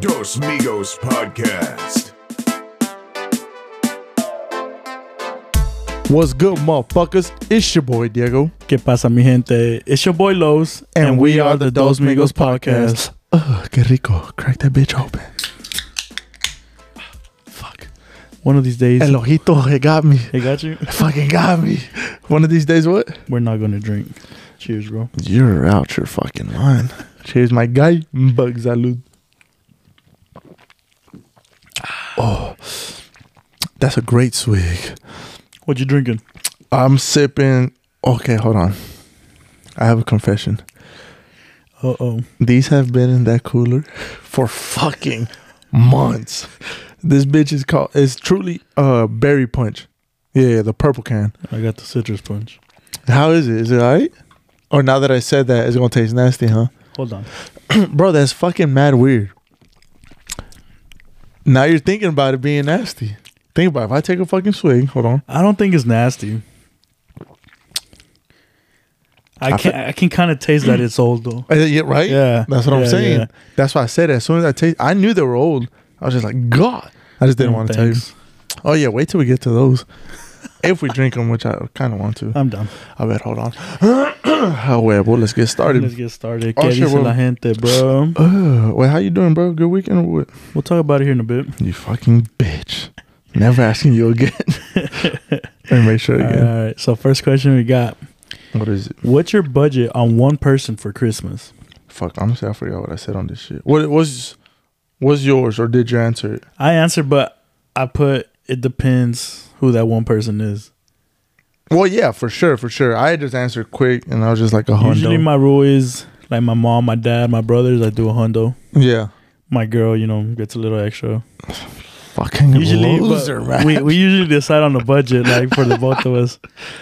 Dos Migos Podcast. What's good, motherfuckers? It's your boy Diego, ¿Qué pasa, mi gente? It's your boy Lowe's, Ugh, qué rico! Crack that bitch open. Fuck, One of these days, el ojito, it got me. I got you. It fucking got me. One of these days, what? We're not gonna drink. Cheers, bro. You're out your fucking mind. Cheers, my guy. Bug salud. Oh, that's a great swig. What you drinking? I'm sipping. Okay, hold on. I have a confession. Uh oh. These have been in that cooler for fucking months. This bitch is called it's truly uh berry punch. Yeah, the purple can. I got the citrus punch. How is it? Is it alright? Or Oh, now that I said that, it's gonna taste nasty, huh? Hold on. Bro, that's fucking mad weird. Now you're thinking about it being nasty. Think about it. if I take a fucking swig, hold on. I don't think it's nasty. I I can I can kind of taste that it's old though. Uh, Yeah, right? Yeah, That's what I'm yeah, saying. yeah. That's why I said it. As soon as I taste I knew they were old. I was just like, God. I just didn't No want to tell you. thanks. Oh yeah, wait till we get to those. if we drink them, which I kind of want to. I'm done. I bet. Hold on. However, let's get Let's started. get started. Oh, ¿Qué shit, dice we're- la gente, bro? Uh, wait, how you doing, bro? Good weekend or what? We'll talk about it here in a bit. You fucking bitch. Never asking you again. Let me make sure All again. right, all right. So first question we got: what is it? What's your budget on one person for Christmas? Fuck. Honestly, I forgot what I said on this shit. What was was yours or did you answer it? I answered, but I put it depends who that one person is. Well, yeah, for sure, for sure. I just answered quick, and I was just like a Usually, hundo. my rule is like my mom, my dad, my brothers. I do a hundo. yeah, My girl, you know, gets a little extra. fucking Usually, but loser, man. we we usually decide on the budget, like for the both of us,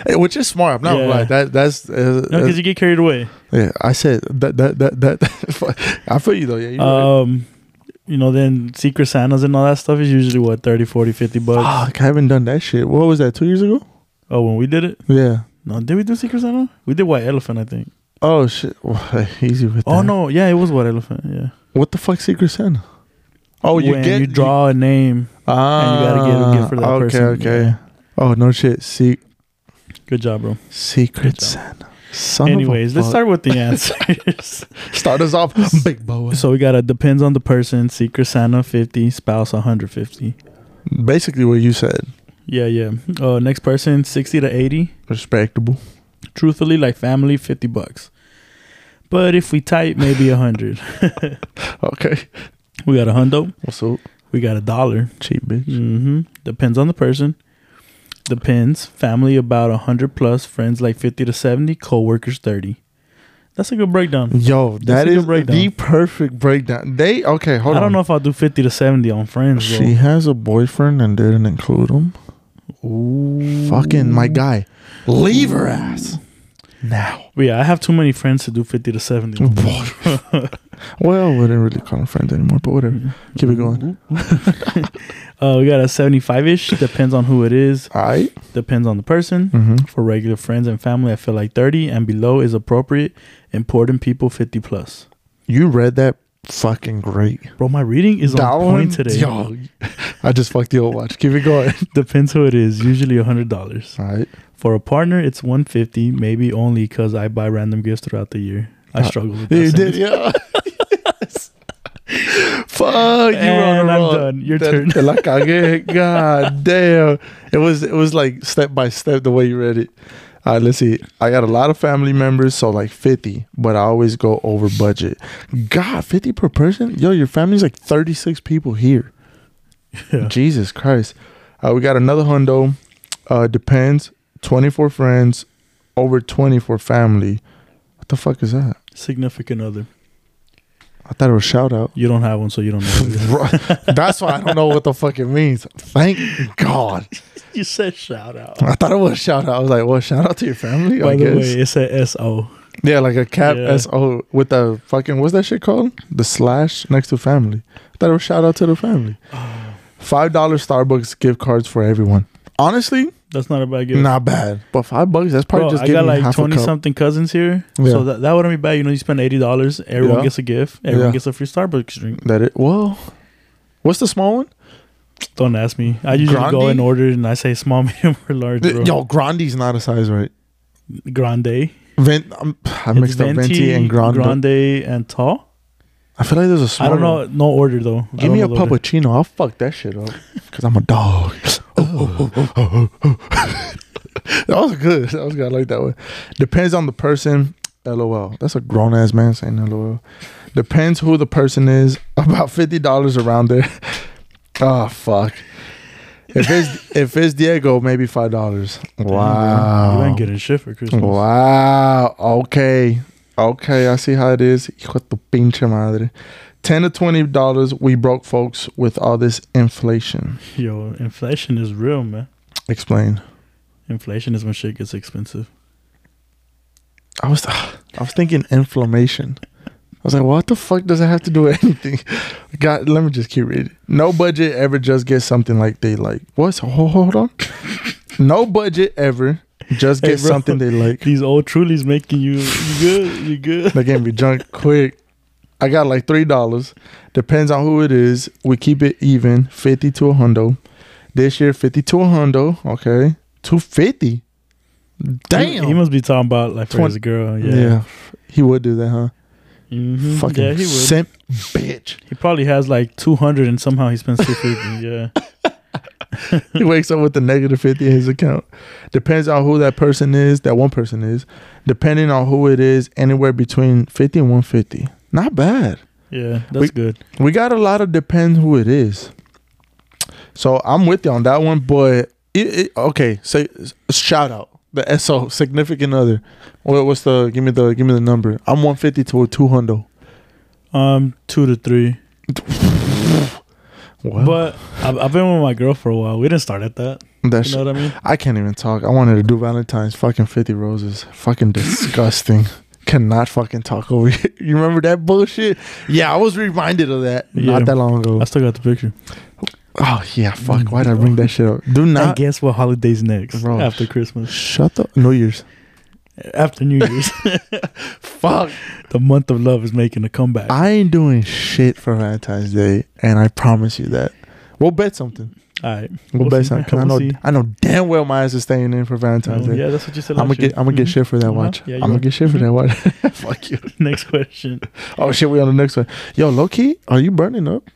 Hey, which is smart. I'm not Yeah. right. That that's uh, no, because you get carried away. Yeah, I said that that that that. I feel you though. Yeah, you right. Um, you know, then Secret Santas and all that stuff is usually what 30, 40, 50 bucks. Fuck, I haven't done that shit. What was that? Two years ago? Oh, when we did it, Yeah. no, did we do Secret Santa? We did White Elephant, I think. Oh shit. Well, easy with that. Oh no, yeah, it was White Elephant. Yeah. What the fuck, Secret Santa? Oh, you When get you draw a name. ah, and you gotta get a gift for that okay, person. Okay. Oh no shit. Se- Good job, bro. Secret Good job. Santa. Son of a Anyways, let's fuck. start with the answers. Start us off, big boy. so we got a depends on the person, Secret Santa 50, spouse 150. Basically, what you said. Yeah, yeah. Uh, next person 60 to 80. Respectable. Truthfully, like family 50 bucks. But if we type maybe 100. Okay. we got a hundo, What's up? we got a dollar. Cheap bitch. Mhm. Depends on the person. Depends. Family about 100 plus, friends like 50 to 70, coworkers 30. That's a good breakdown. Yo, That's that a good is breakdown. the perfect breakdown. They okay. Hold I on. don't know if I'll do 50 to 70 on friends. bro. She has a boyfriend and didn't include him. Fucking my guy. Leave her ass. Now. But yeah, I have too many friends to do 50 to 70. well, we didn't really call him friends anymore, but whatever. Keep it going. Uh, we got a 75 ish. Depends on who it is, All right. depends on the person. Mm-hmm. For regular friends and family, I feel like 30 and below is appropriate. Important people, 50 plus. You read that fucking great. Bro, my reading is on That point one- today. Yo, I just fucked the old watch. Keep it going. Depends who it is. Usually $100. All right. For a partner, it's 150 maybe only because I buy random gifts throughout the year. Uh, I struggle with You that did, sentence. yeah. Yes. Fuck, you were on And a I'm roll. done. Your Te- turn. te la cagué. God damn. It was it was like step by step the way you read it. All right, let's see. I got a lot of family members, so like 50, but I always go over budget. God, 50 per person? Yo, your family's like 36 people here. Yeah. Jesus Christ. Uh, we got another hundo. Uh, depends. 24 friends, over 20 for family. What the fuck is that? Significant other. I thought it was shout out. You don't have one, so you don't know. what it is. That's why I don't know what the fuck it means. Thank God. you said shout out. I thought it was shout out. I was like, well, shout out to your family, By I the guess. way, it's a SO. Yeah, like a cap Yeah. SO with the fucking, what's that shit called? The slash next to family. I thought it was shout out to the family. $5 Starbucks gift cards for everyone. Honestly, That's not a bad gift. Not bad, but five bucks. That's probably Bro, just I getting got like half a twenty cup. something cousins here, Yeah. so that, that wouldn't be bad. You know, you spend eighty dollars, everyone Yeah. gets a gift, everyone Yeah. gets a free Starbucks drink. That it? Well, what's the small one? Don't ask me. I usually go Grande? and order, and I say small, medium, or large. Th- Bro. Yo, Grandi's not a size right. grande. Vent, um, I It's mixed up venti and grande. grande, and tall. I feel like there's a small. I don't one. know. No order though. I Give don't me know a the order. puppuccino. I'll fuck that shit up Oh, because I'm a dog. oh, that was good. That was good. I like that one. Depends on the person. LOL. That's a grown ass man saying LOL. Depends who the person is. About fifty dollars around there. Oh fuck. If it's if it's Diego, maybe five dollars. Damn, bro. You Wow. ain't getting shit for Christmas. Wow. Okay. Okay. I see how it is. Hijo de tu pinche madre. Ten to twenty dollars. We broke folks with all this inflation. Yo, inflation is real, man. Explain. Inflation is when shit gets expensive. I was I was thinking inflammation. I was like, what the fuck does it have to do with anything? God, let me just keep reading. No budget ever just gets something like they like. What's hold, hold on? No budget ever just Hey, get bro. something they like. These old trulies making you you good, you good. That game be junk quick. I got like three dollars. Depends on who it is. We keep it even, fifty to a hundo. This year, fifty to a hundo. Okay, two fifty. He, Damn. he must be talking about like for Twen- his girl. yeah. Yeah. he would do that, huh? Mhm. Fucking yeah, he would. simp, bitch. He probably has like 200 and somehow he spends 250. yeah. he wakes up with a negative fifty in his account. Depends on who that person is. That one person is. Depending on who it is, anywhere between fifty and one fifty. Not bad. Yeah, that's We- good. We got a lot of depend who it is. So I'm with you on that one, but it, it, okay. Say shout out the SO significant other. What, what's the give me the give me the number? I'm one fifty to a two hundred. Um, two to three. Wow, But I've, I've been with my girl for a while. We didn't start at that. that's You know what I mean? I can't even talk. I wanted to do Valentine's fucking fifty roses. Fucking disgusting. Cannot fucking talk over here. You remember that bullshit? Yeah, I was reminded of that Yeah. not that long ago. I still got the picture. Oh yeah, fuck. Why'd I bring that shit up? Do And not guess what holidays next? Bro. After Christmas. shut the New Year's. After New Year's. Fuck. the month of love is making a comeback. I ain't doing shit for Valentine's Day, and I promise you that. We'll bet something. All right. We'll, We'll bet see, something. man. 'cause We'll I know. see. Oh, I know damn well my ass is staying in for Valentine's Day. yeah, that's what you said. I'm gonna last year. get. I'm gonna get Mhm. shit for that Uh-huh. watch. Yeah, you Mm-hmm. I'm gonna will. get shit for that watch. Fuck you. Next question. Oh shit, we on the next one. Yo, low key, are you burning up?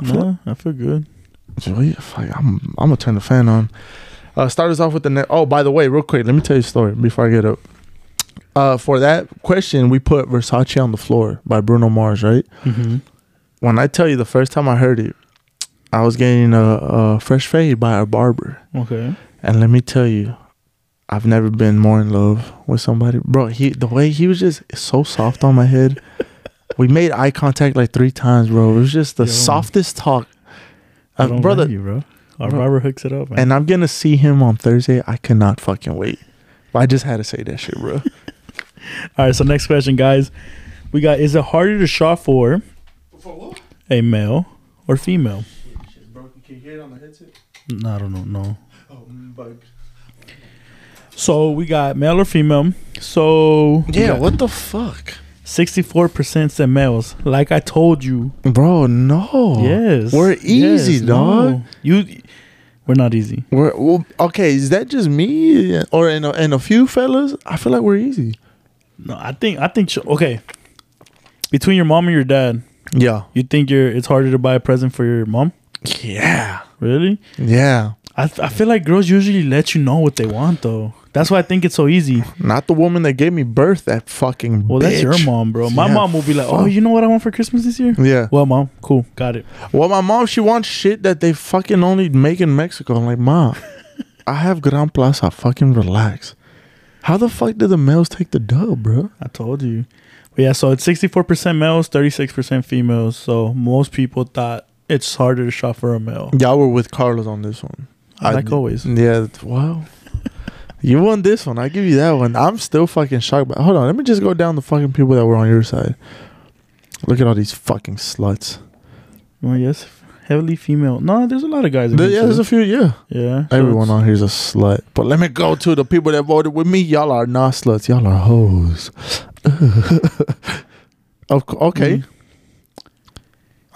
I feel- No, I feel good. Really? Fuck, I'm. I'm gonna turn the fan on. Uh, start us off with the next. Oh, by the way, real quick, let me tell you a story before I get up. Uh, for that question, we put Versace on the floor by Bruno Mars, right? Mm-hmm. when I tell you the first time I heard it, I was getting a, a fresh fade by a barber, Okay. and let me tell you, I've never been more in love with somebody, bro. He the way he was just so soft on my head. We made eye contact like three times, bro. It was just the Yo. softest talk, I uh, don't brother. blame you, bro. Our Bro. barber hooks it up, man. And I'm gonna see him on Thursday. I cannot fucking wait. I just had to say that shit, bro. All right, so next question, guys. We got is it harder to shop for a male or female? No, I don't know. No. So we got male or female. So we Yeah, got what the fuck, 64% said males. Like I told you. bro? Oh. No. yes. we're easy, Yes, dog. no. You we're not easy. We're well, okay. Is that just me or and a, and a few fellas? I feel like we're easy. No, I think I think sh- okay. Between your mom and your dad, Yeah, you think you're it's harder to buy a present for your mom? yeah, Really? yeah. I, th- I feel like girls usually let you know what they want though. That's why I think it's so easy. Not the woman that gave me birth. That fucking. Well, that's your bitch. mom, bro. My Yeah, mom will be like, "Oh, fuck. you know what I want for Christmas this year?" Yeah. Well, mom, cool, got it. Well, my mom she wants shit that they fucking only make in Mexico. I'm like, mom, I have Gran Plaza. Fucking relax. How the fuck did the males take the dub, bro? I told you. But yeah, so it's sixty four percent males, thirty six percent females. So most people thought it's harder to shop for a male. Y'all were with Carlos on this one. I- like oh, always, Yeah. Wow. You won this one. I give you that one. I'm still fucking shocked. But hold on, let me just go down the fucking people that were on your side. Look at all these fucking sluts. well, yes, heavily female. No, there's a lot of guys. There- against yeah, there's it. a few. Yeah, yeah. so everyone it's- on here's a slut. But let me go to the people that voted with me. Y'all are not sluts. Y'all are hoes. of cou- okay. Mm.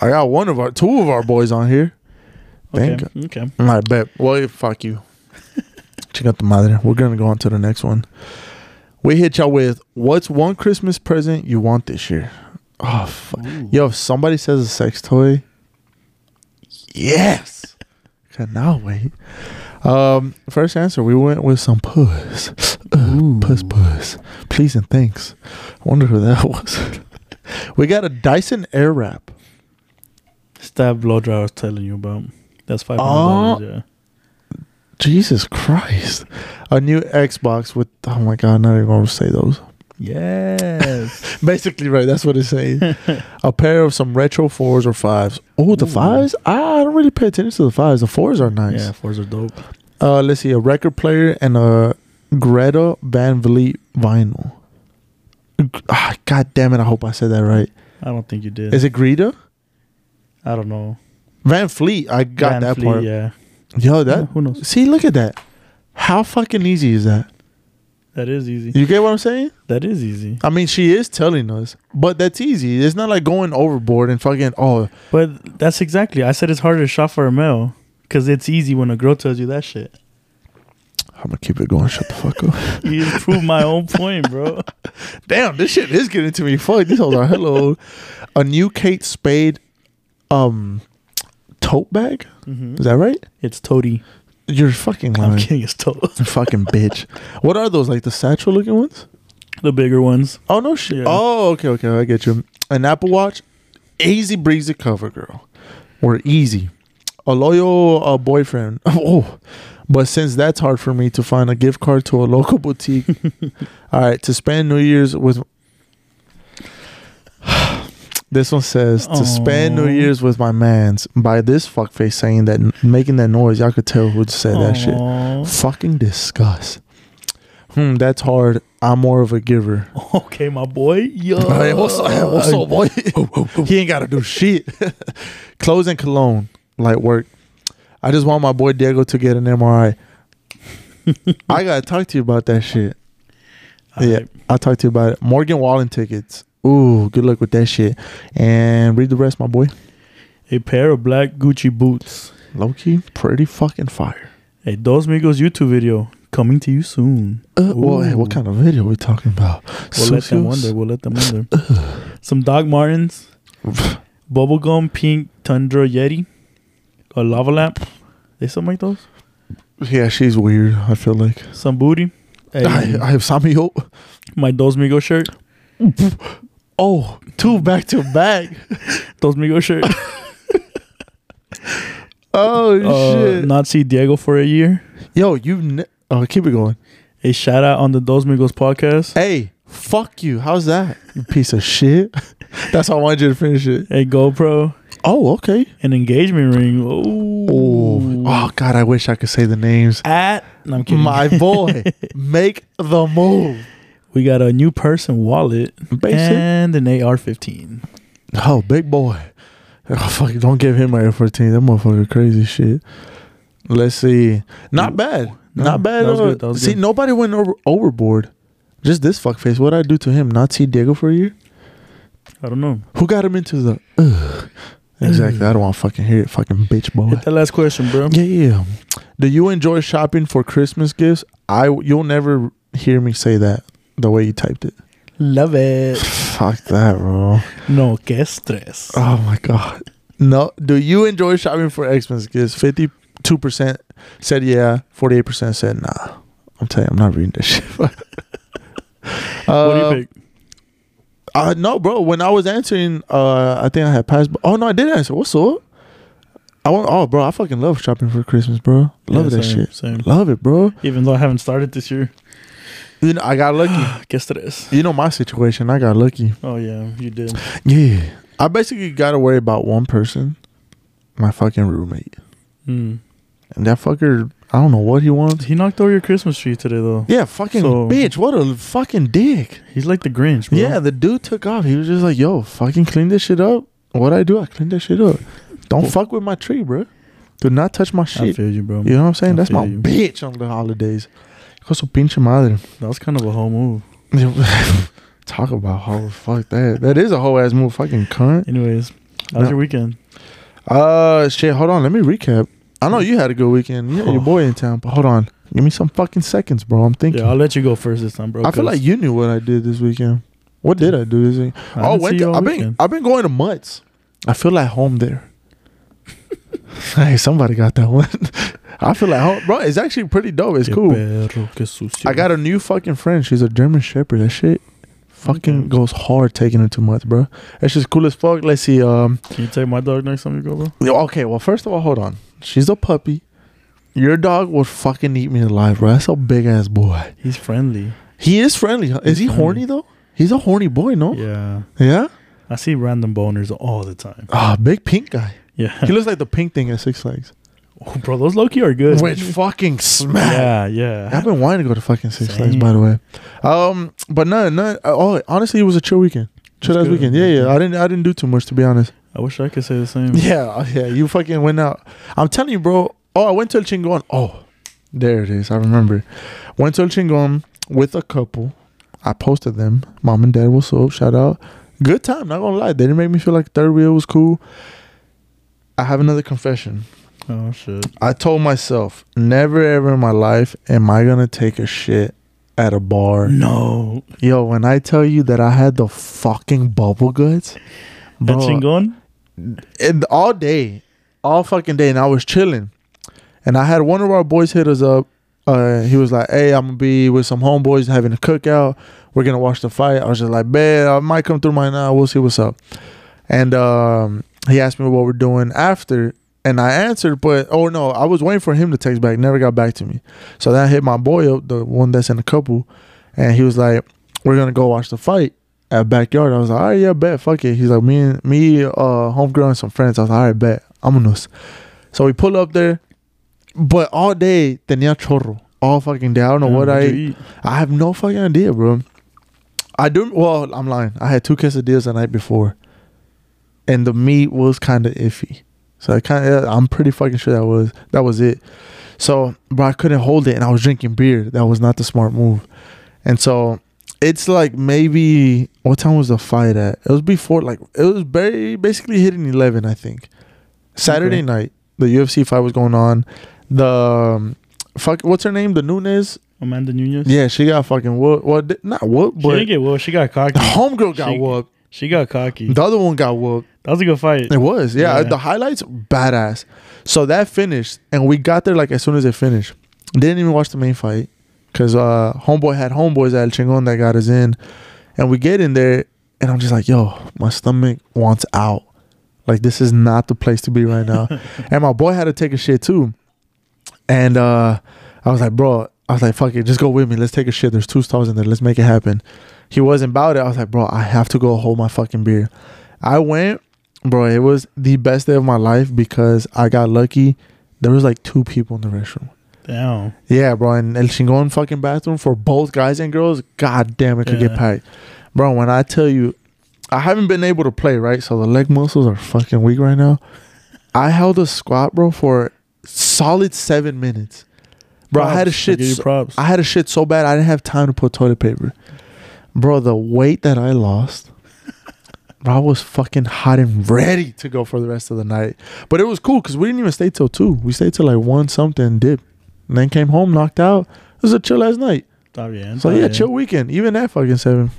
I got one of our two of our boys on here. Okay. Thank okay. I bet. Well, yeah, fuck you. Check out the mother. We're gonna go on to the next one. We hit y'all with what's one Christmas present you want this year? Oh, fuck. Ooh. yo! If somebody says a sex toy, yes, cannot wait. Um, first answer, we went with some puss, Ugh, puss, puss. Please and thanks. I wonder who that was. we got a Dyson Air Wrap. It's that blow dryer I was telling you about. That's five Oh. hundred dollars. Jesus Christ. A new Xbox with oh my god, not even gonna say those. Yeah. Yes. Basically right, that's what it's saying. a pair of some retro fours or fives. Oh, the Ooh. fives? I don't really pay attention to the fives. The fours are nice. Yeah, fours are dope. Uh let's see, a record player and a Greta Van Vliet vinyl. G- Ah, god damn it, I hope I said that right. I don't think you did. Is it Greta? I don't know. Van Fleet. I got Van that Fleet, part. Yeah. Yo, that Yeah, who knows? See, look at that. How fucking easy is that? That is easy. You get what I'm saying? That is easy. I mean, she is telling us, but that's easy. It's not like going overboard and fucking. Oh, But that's exactly. I said it's harder to shop for a male because it's easy when a girl tells you that shit. I'm gonna keep it going. Shut the fuck up. You just proved my own point, bro. Damn, this shit is getting to me. Fuck, these hoes are hello. A new Kate Spade, um, tote bag. Is that right? It's toady. You're fucking Mm-hmm. I'm lying. kidding. It's toad. You fucking bitch. What are those? Like the satchel looking ones? The bigger ones. Oh no shit. Yeah. Oh okay okay I get you. An Apple Watch, easy breezy cover girl, or easy. A loyal uh, boyfriend. Oh, but since that's hard for me to find a gift card to a local boutique. all right, to spend New Year's with. This one says to spend New Aw. Year's with my man's by this fuckface saying that making that noise y'all could tell who said that shit. Aw. Fucking disgust. Hmm, that's hard. I'm more of a giver. Okay, my boy. Yo. Hey, what's up, Oh. hey, what's up, boy? he ain't got to do shit. Clothes and cologne, like work. I just want my boy Diego to get an MRI. I gotta talk to you about that shit. All yeah, right. I'll talk to you about it. Morgan Wallen tickets. Ooh, good luck with that shit. And read the rest, my boy. A pair of black Gucci boots. Low key, pretty fucking fire. A Dos Migos YouTube video coming to you soon. Uh, well, hey, what Ooh. kind of video we talking about? We'll let them wonder. Socios? We'll let them wonder. Some Doc Martens. Bubblegum Pink Tundra Yeti. A lava lamp. They still make those? yeah, she's weird. I feel like. Some booty. A- I, I have Sammy Hope. my Dos Migos shirt. Oh, two back to back. Dos Migos shirt. Oh uh, shit! Nazi Diego for a year. Yo, you. Ne- oh, keep it going. A shout out on the Dos Migos podcast. Hey, fuck you. How's that? You piece of shit. That's how I wanted you to finish it. A GoPro. Oh, okay. An engagement ring. Ooh. Oh, oh God, I wish I could say the names. At. No, I'm kidding. My boy, make the move. we got a new person wallet Basic. and an AR-15. Oh, big boy. Oh, fuck, don't give him my F14. That motherfucker crazy shit. Let's see. Not bad. No, Not bad. that was uh, good, that was see, good. nobody went over, overboard. Just this fuckface. What'd I do to him? Not see Diego for a year? I don't know. Who got him into the. Ugh. Exactly. I don't want to fucking hear it, fucking bitch boy. Hit that last question, bro. Yeah, yeah. Do you enjoy shopping for Christmas gifts? I you'll never hear me say that the way you typed it. Love it. Fuck that, bro. No, que stress. Oh my god. No, do you enjoy shopping for Xmas gifts? Fifty-two percent said yeah. Forty-eight percent said nah. I'm telling you, I'm not reading this shit. what do you Uh, pick? Uh, no, bro. When I was answering, uh, I think I had passed. Oh no, I did answer. What's up? I want. Oh, bro, I fucking love shopping for Christmas, bro. Love Yeah, that same, shit. Same. Love it, bro. Even though I haven't started this year. You know, I got lucky. Que stress. you know my situation. I got lucky. Oh, yeah, you did. Yeah, I basically got to worry about one person, my fucking roommate, Mm. and that fucker. I don't know what he wants. He knocked over your Christmas tree today, though. Yeah, fucking So- bitch. What a fucking dick. He's like the Grinch, bro. Yeah, the dude took off. He was just like, "Yo, fucking clean this shit up." What I do, I clean that shit up. Don't fuck with my tree, bro. Do not touch my I shit. feel you, bro. You know what I'm saying? I That's feel my you. bitch on the holidays. Hijo su pinche madre. That was kind of a whole move. Talk about hoe. Fuck that. That is a whole ass move. Fucking cunt. Anyways, how's No. your weekend? Uh, shit. Hold on. Let me recap. I know you had a good weekend. You had your boy in town, but hold on. Give me some fucking seconds, bro. I'm thinking. Yeah, I'll let you go first this time, bro. I feel 'cause like you knew what I did this weekend. What did I do this week? I oh, didn't see went you to, all I've been weekend. I've been going to Mutts. I feel like home there. hey, somebody got that one. I feel like home, bro. It's actually pretty dope. It's Qué cool. perro, qué sucio. I got a new fucking friend. She's a German Shepherd. That shit fucking Okay. goes hard taking her two months, bro. That shit's cool as fuck. Let's see. Um, Can you take my dog next time you go, bro? yo, okay, well, first of all, hold on. She's a puppy. Your dog would fucking eat me alive, bro. That's a big ass boy. He's friendly. He is friendly. huh? Is He's he friendly. horny though? He's a horny boy, no? Yeah. Yeah. I see random boners all the time. Ah, big pink guy. Yeah. He looks like the pink thing at Six Flags. Oh, bro, those Loki are good. Which fucking smack. yeah, yeah. I've been wanting to go to fucking Six Same. Flags, by the way. Um, but no, no. Oh, honestly, it was a chill weekend. Chill That's ass good. weekend. Yeah, yeah. I didn't, I didn't do too much to be honest. I wish I could say the same. Yeah, yeah. You fucking went out. I'm telling you, bro. Oh, I went to El Chingon. Oh, there it is. I remember. Went to El Chingon with a couple. I posted them. Mom and dad was up. Shout out. Good time. Not gonna lie. They didn't make me feel like third wheel was cool. I have another confession. Oh shit. I told myself, never ever in my life am I gonna take a shit at a bar. No. Yo, when I tell you that I had the fucking bubble guts, Bro. bro, and all day, all fucking day, and I was chilling, and I had one of our boys hit us up. Uh, he was like, "Hey, I'm gonna be with some homeboys having a cookout. We're gonna watch the fight." I was just like, "Bet I might come through right now. We'll see what's up." And um, he asked me what we're doing after, and I answered, but oh no, I was waiting for him to text back. Never got back to me. So then I hit my boy up, the one that's in the couple, and he was like, "We're gonna go watch the fight." at backyard. I was like, all right, yeah, bet, fuck it. He's like, me and me, uh, homegirl and some friends. I was like, all right, bet, vámonos. So we pull up there, but all day tenía chorro, all fucking day. I don't know what I, I have no fucking idea, bro. I do. Well, I'm lying. I had two quesadillas the night before, and the meat was kind of iffy. So I kind of. I'm pretty fucking sure that was that was it. So, but I couldn't hold it, and I was drinking beer. That was not the smart move. And so, it's like maybe what time was the fight at? It was before like it was very basically hitting eleven, I think. Saturday Okay. night, the UFC fight was going on. The um, fuck, what's her name? The Nunes Amanda Nunez. yeah, she got fucking whooped. Well, di- not whooped, She but didn't get whooped. She got the cocky. homegirl got She- whooped. She got cocky. The other one got whooped. That was a good fight. It was, yeah. Yeah. The highlights, badass. So that finished, and we got there like as soon as it finished. Didn't even watch the main fight because uh, homeboy had homeboys at El Chingon that got us in, and we get in there, and I'm just like, yo, my stomach wants out. Like this is not the place to be right now. and my boy had to take a shit too, and uh, I was like, bro, I was like, fuck it, just go with me. Let's take a shit. There's two stalls in there. Let's make it happen. He wasn't about it. I was like, bro, I have to go hold my fucking beer. I went bro it was the best day of my life because i got lucky there was like two people in the restroom Damn. yeah bro and el chingon fucking bathroom for both guys and girls god damn it could get Yeah. packed bro when i tell you i haven't been able to play right so the leg muscles are fucking weak right now i held a squat bro for solid seven minutes bro i had a Props. shit give you so- props. I had a shit so bad I didn't have time to put toilet paper. Bro, the weight that I lost, bro, I was fucking hot and ready to go for the rest of the night. But it was cool because we didn't even stay till two. We stayed till like one something, dip, and then came home, knocked out. It was a chill ass night. Está bien, So está Oh, yeah, bien. chill weekend. Even at fucking seven.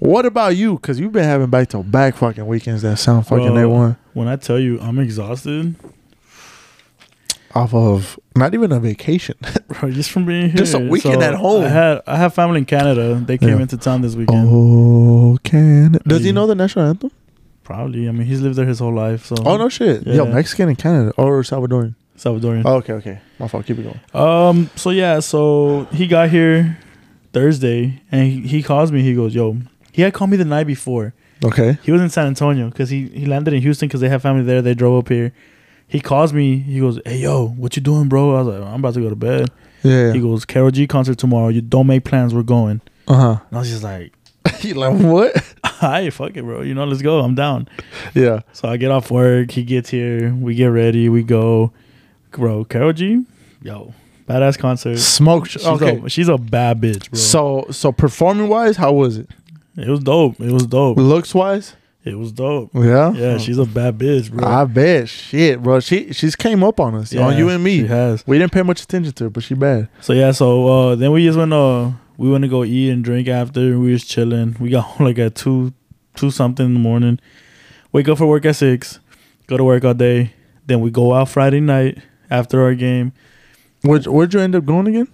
What about you? Because you've been having back to back fucking weekends that sound fucking Bro. day one When I tell you I'm exhausted, off of not even a vacation. bro, just from being here. Just a weekend at home. I had I have family in Canada. They came Yeah. into town this weekend. oh, can does he Yeah. know the national anthem? Probably. I mean, he's lived there his whole life. So Oh no shit! Yo, Yeah. Mexican in Canada or Salvadoran? Salvadorian. Oh, okay, okay. My fault. Keep it going. Um. So yeah. So he got here Thursday, and he, he calls me. He goes, "Yo." He had called me the night before. Okay. He was in San Antonio because he he landed in Houston because they have family there. They drove up here. He calls me. He goes, "Hey yo, what you doing, bro?" I was like, "I'm about to go to bed." Yeah. He goes, "Carol G concert tomorrow. You don't make plans. We're going." Uh And I was just like, huh. you like what? hi, fuck it, bro. You know, let's go. I'm down. Yeah. So I get off work. He gets here. We get ready. We go. Bro, Carol G, yo, badass concert. Smoke. sh- She's, Okay. a, she's a bad bitch, bro. So so performing wise, how was it? it was dope. It was dope. Looks wise? It was dope. Yeah. Yeah, she's a bad bitch, bro. I bet shit, bro. She she's came up on us, yeah, on you and She me. has. We didn't pay much attention to her, but she bad. So yeah, so uh, then we just went uh we went to go eat and drink after. We was chilling. We got home like at two two something in the morning. Wake up for work at six. Go to work all day. Then we go out Friday night after our game. Where'd, where'd you end up going again?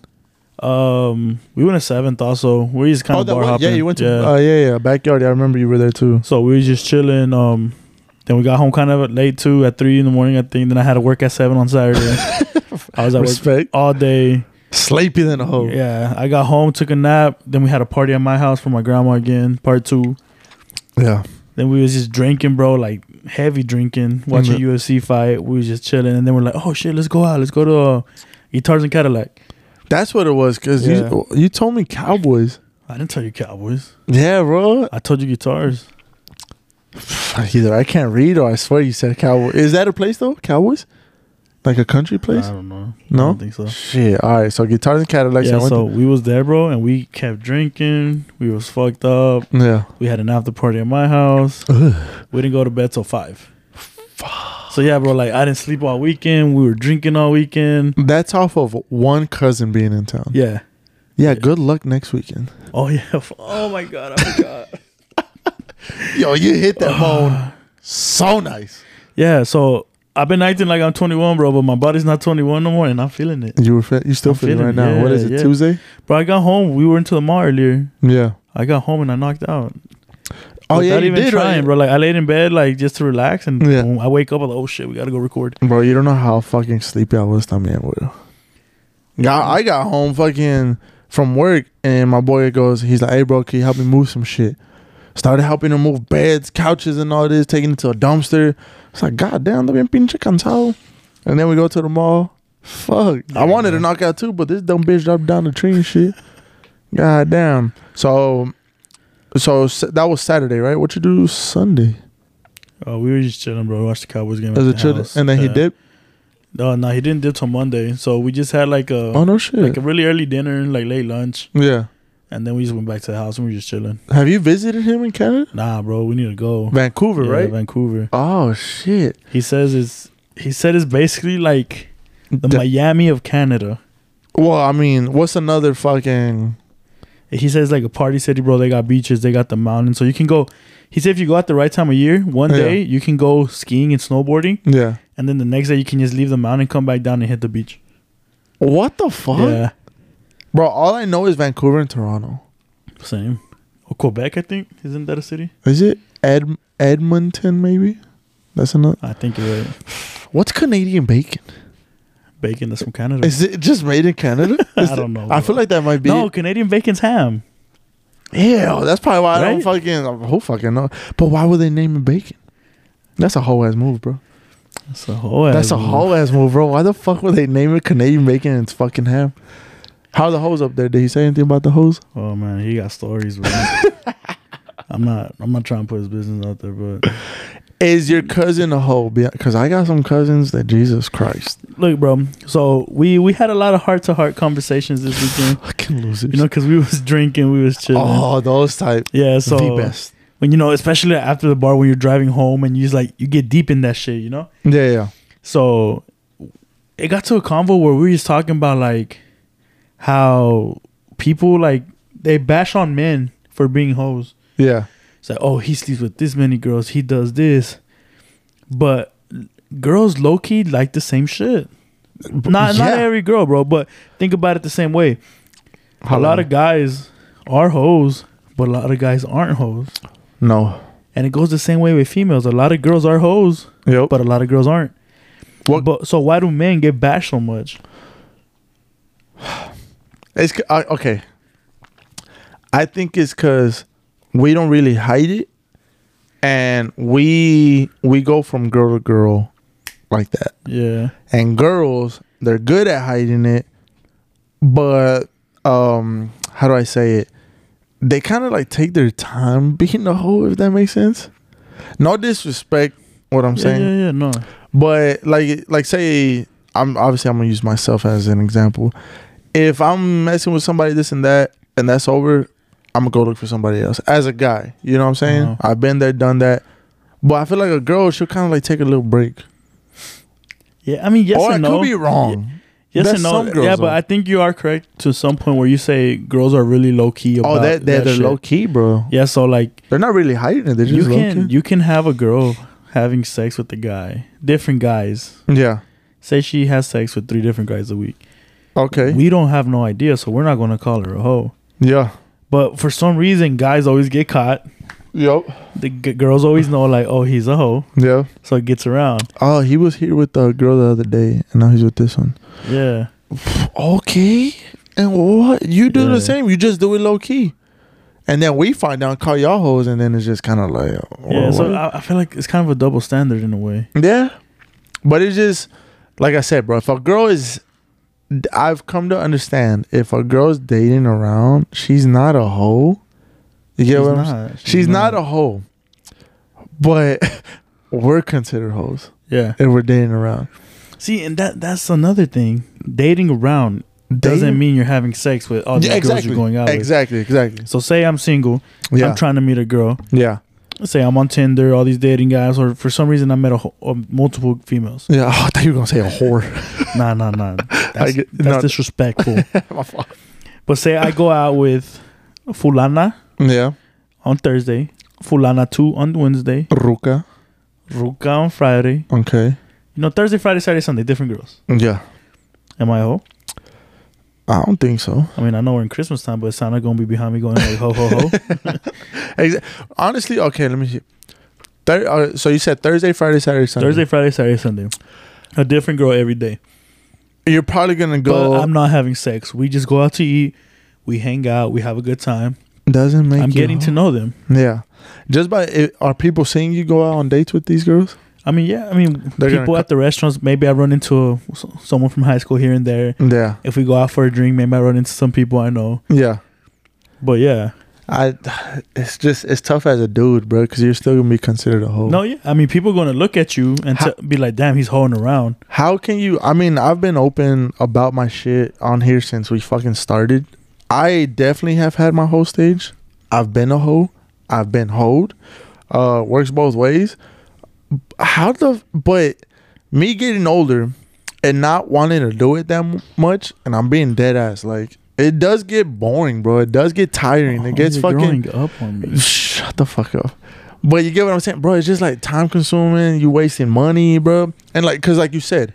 Um, we went to seventh also. We just kind of Oh, that bar one- hopping. yeah, you went to Yeah. yeah. Uh, yeah, yeah, backyard. I remember you were there too. so we was just chilling. Um, then we got home kind of late too, at three in the morning. I think. Then I had to work at seven on Saturday. I was at work Respect. all day. Sleepy than a hoe. Yeah, I got home, took a nap. Then we had a party at my house for my grandma again, part two. yeah. Then we was just drinking, bro, like heavy drinking, watching Mhm. UFC fight. We was just chilling, and then we're like, oh shit, let's go out, let's go to uh, Guitars and Cadillac. That's what it was, cause you you told me Cowboys. I didn't tell you Cowboys. Yeah, bro. I told you guitars. Either I can't read or I swear you said Cowboys. Is that a place though? Cowboys, like a country place? I don't know. No? I don't think so. Shit. All right. So guitars and Cadillacs. I yeah, went so we was there, bro, and we kept drinking. We was fucked up. to- yeah. We had an after party at my house. We didn't go to bed till five. So yeah, bro, like I didn't sleep all weekend. We were drinking all weekend. That's off of one cousin being in town. Yeah. Yeah. good luck next weekend. Oh yeah. Oh my god. I forgot. Yo, you hit that bone so nice. yeah. So I've been acting like I'm 21, bro, but my body's not 21 no more, and I'm feeling it. You were fe- you still I'm feeling, feeling right now. it, what is it? yeah. Tuesday? Bro, I got home. We were into the mall earlier. Yeah. I got home and I knocked out. Oh yeah, Without you even did, trying, right? bro. Like I laid in bed, like just to relax, and Yeah. boom, I wake up. I'm like, oh shit, we gotta go record. Bro, you don't know how fucking sleepy I was. I mean, bro. Yeah, I got home fucking from work, and my boy goes, he's like, "Hey, bro, can you help me move some shit?" Started helping him move beds, couches, and all this, taking it to a dumpster. It's like, God damn, the bien pinche cansado. And then we go to the mall. Fuck, I wanted to knock out too, but this dumb bitch dropped down the tree and shit. God damn. So, so s- that was Saturday, right? What you do Sunday? Oh, we were just chilling, bro. Watched the Cowboys game. at As a the chill, house. uh, and then he Yeah. dipped. No, no, he didn't dip till Monday. So we just had like a Oh no, shit. like a really early dinner, like late lunch, yeah. and then we just went back to the house and we were just chilling. Have you visited him in Canada? Nah, bro, we need to go. Vancouver, Yeah, right? Vancouver. oh shit. He says it's he said it's basically like the Da- Miami of Canada. well, I mean, what's another fucking He says like a party city, bro. They got beaches, they got the mountains, so you can go. He said if you go at the right time of year, one Yeah. day you can go skiing and snowboarding, Yeah. and then the next day you can just leave the mountain, come back down and hit the beach. What the fuck? Yeah, Bro, all I know is Vancouver and Toronto. same. Or Quebec, I think, isn't that a city? Is it Ed Edmonton maybe? That's another I think you're right. What's Canadian bacon? Bacon that's from Canada. Is it just made in Canada? I Is don't it- know, I bro. feel like that might be no, Canadian bacon's ham. Ew, that's probably why I don't Right? fucking who fucking know. But why would they name it bacon? That's a whole ass move, bro. That's a whole. That's a whole ass move, bro. Why the fuck would they name it Canadian bacon and it's fucking ham? How are the hoes up there? Did he say anything about the hoes? Oh man, he got stories. Bro. I'm not. I'm not trying to put his business out there, but Is your cousin a hoe? Because I got some cousins that Jesus Christ. look, bro. So we we had a lot of heart to heart conversations this weekend. Fucking losers. You know, because we was drinking, we was chilling. oh, those type. yeah. So the best. when you know, especially after the bar when you're driving home and you just like you get deep in that shit, you know. Yeah, yeah. So it got to a convo where we were just talking about like how people like they bash on men for being hoes. Yeah. It's like, oh, he sleeps with this many girls. He does this. But girls low key like the same shit. Not yeah. not every girl, bro. But think about it the same way. Hold a lot on. of guys are hoes, but a lot of guys aren't hoes. No. And it goes the same way with females. A lot of girls are hoes, Yep. but a lot of girls aren't. What- But so why do men get bashed so much? It's c- I- okay. I think it's because we don't really hide it, and we we go from girl to girl like that. Yeah. and girls they're good at hiding it but um how do i say it they kind of like take their time being a hoe, if that makes sense. No disrespect, what I'm yeah, saying, yeah, yeah, no. but like, like say, I'm obviously I'm gonna use myself as an example. If I'm messing with somebody, this and that, and that's over, I'm gonna go look for somebody else as a guy. You know what I'm saying? Uh-huh. I've been there, done that. But I feel like a girl, she'll kind of like take a little break. Yeah, I mean, yes or I and no. could be wrong. yes That's and no. some girls, yeah, but though. I think you are correct to some point where you say girls are really low key. About Oh, that, that, they're shit. low key, bro. Yeah, so like They're not really hiding it. They're you just low can key. you can have a girl having sex with a guy, different guys. Yeah. Say she has sex with three different guys a week. Okay. We don't have no idea, so we're not gonna call her a hoe. yeah. But for some reason, guys always get caught. Yep. The g- girls always know, like, oh, he's a hoe, Yeah. so it gets around. Oh, he was here with the girl the other day, and now he's with this one. Yeah, Okay. And what? You do Yeah. the same. You just do it low key. And then we find out, call y'all hoes, and then it's just kind of like, yeah. well, So what? I, I feel like it's kind of a double standard in a way. yeah. But it's just, like I said, bro, if a girl is, I've come to understand, if a girl's dating around, she's not a hoe. You get what I'm saying? She's, not. a hoe, but we're considered hoes Yeah. if we're dating around. See, and that that's another thing. Dating around doesn't Dating- mean you're having sex with all these Yeah, girls you're going out Exactly, exactly. with. So say I'm single, Yeah, I'm trying to meet a girl. yeah, Say I'm on Tinder, all these dating guys, or for some reason I met a, ho- uh, multiple females. yeah. I thought you were gonna say a whore. nah, nah, nah. That's, get- that's no. disrespectful. My fault. but say I go out with Fulana Yeah, on Thursday, Fulana two on Wednesday, ruca. Ruka on Friday. Okay. You know, Thursday, Friday, Saturday, Sunday, different girls. Yeah, Am I a hoe? I don't think so. I mean, I know we're in Christmas time, but Santa gonna be behind me going like ho ho ho. Exa- Honestly, okay. Let me see. Thir- uh, so you said Thursday, Friday, Saturday, Sunday. Thursday, Friday, Saturday, Sunday. A different girl every day. You're probably gonna go. But I'm not having sex. We just go out to eat. We hang out. We have a good time. doesn't make. I'm getting to know them. know. Yeah. Just by it, are people seeing you go out on dates with these girls? I mean, yeah. I mean, They're gonna people co- at the restaurants. Maybe I run into s someone from high school here and there. Yeah. If we go out for a drink, maybe I run into some people I know. Yeah. But yeah, I, it's just it's tough as a dude, bro, because you're still gonna be considered a hoe. no, yeah. I mean, people going to look at you and How- t- be like, "Damn, he's hoeing around." How can you? I mean, I've been open about my shit on here since we fucking started. I definitely have had my whole stage. I've been a hoe. I've been hoed. Uh, works both ways. How the? But me getting older and not wanting to do it that m- much, and I'm being dead ass. Like it does get boring, bro. It does get tiring. Oh, it gets you're fucking. growing up on me. Shut the fuck up. But you get what I'm saying, bro. It's just like time consuming. You wasting money, bro. And like, cause like you said,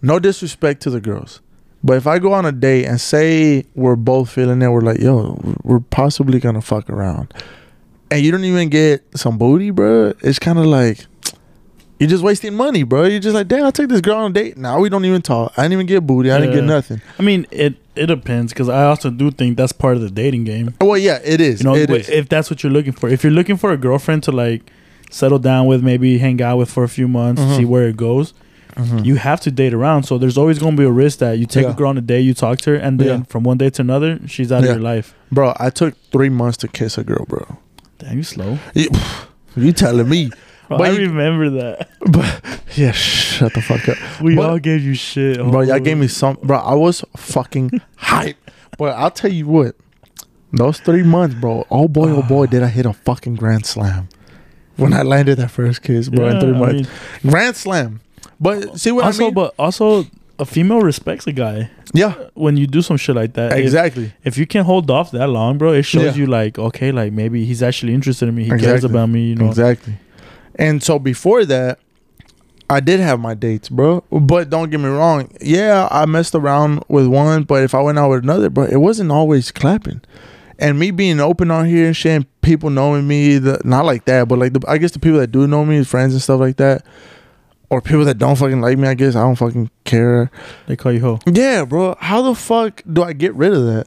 no disrespect to the girls, but if I go on a date and say we're both feeling it, we're like, yo, we're possibly gonna fuck around, and you don't even get some booty, bro. It's kind of like you're just wasting money, bro. You're just like, damn, I took this girl on a date. Now we don't even talk. I didn't even get booty. I didn't get Yeah. nothing. I mean, it it depends because I also do think that's part of the dating game. Well, yeah, it is. you know it wh- is. if that's what you're looking for if you're looking for a girlfriend to like settle down with maybe hang out with for a few months Mhm. see where it goes Mhm. you have to date around so there's always going to be a risk that you take Yeah. a girl on a day you talk to her and then Yeah. from one day to another she's out Yeah. of your life bro, I took three months to kiss a girl, bro. damn you slow You telling me? But i you- remember that Yeah, shut the fuck up, we But- all gave you shit bro. Y'all oh. gave me some, bro. I was fucking hype, but I'll tell you what. Those three months, bro. Oh boy, oh boy, did I hit a fucking grand slam when I landed that first kiss, bro. in Yeah, three I months, mean, grand slam. But see what also I mean? but also a female respects a guy yeah, when you do some shit like that If- exactly. if, you can hold off that long bro it shows Yeah. you like okay like maybe he's actually interested in me he cares Exactly. about me you know Exactly. And so before that, I did have my dates, bro. But don't get me wrong. Yeah, I messed around with one, but if I went out with another, bro, it wasn't always clapping. And me being open on here and shit, and people knowing me, the, not like that, but like the, I guess the people that do know me, friends and stuff like that, or people that don't fucking like me, I guess I don't fucking care. they call you hoe Yeah, bro. How the fuck do I get rid of that?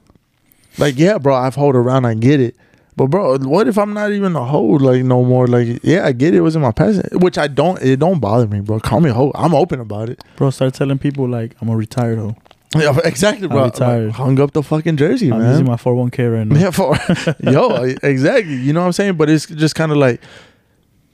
Like, yeah, bro, I've hoed around, I get it. But bro, what if I'm not even a hoe like no more? Like, yeah, I get it, it was in my past. Which I don't it don't bother me, bro. Call me a hoe. I'm open about it. Bro, start telling people like I'm a retired hoe. Yeah, exactly, bro. I'll be tired. Hung up the fucking jersey, I'm man. using my 401k right now. Yeah, for yo, exactly. You know what I'm saying? But it's just kind of like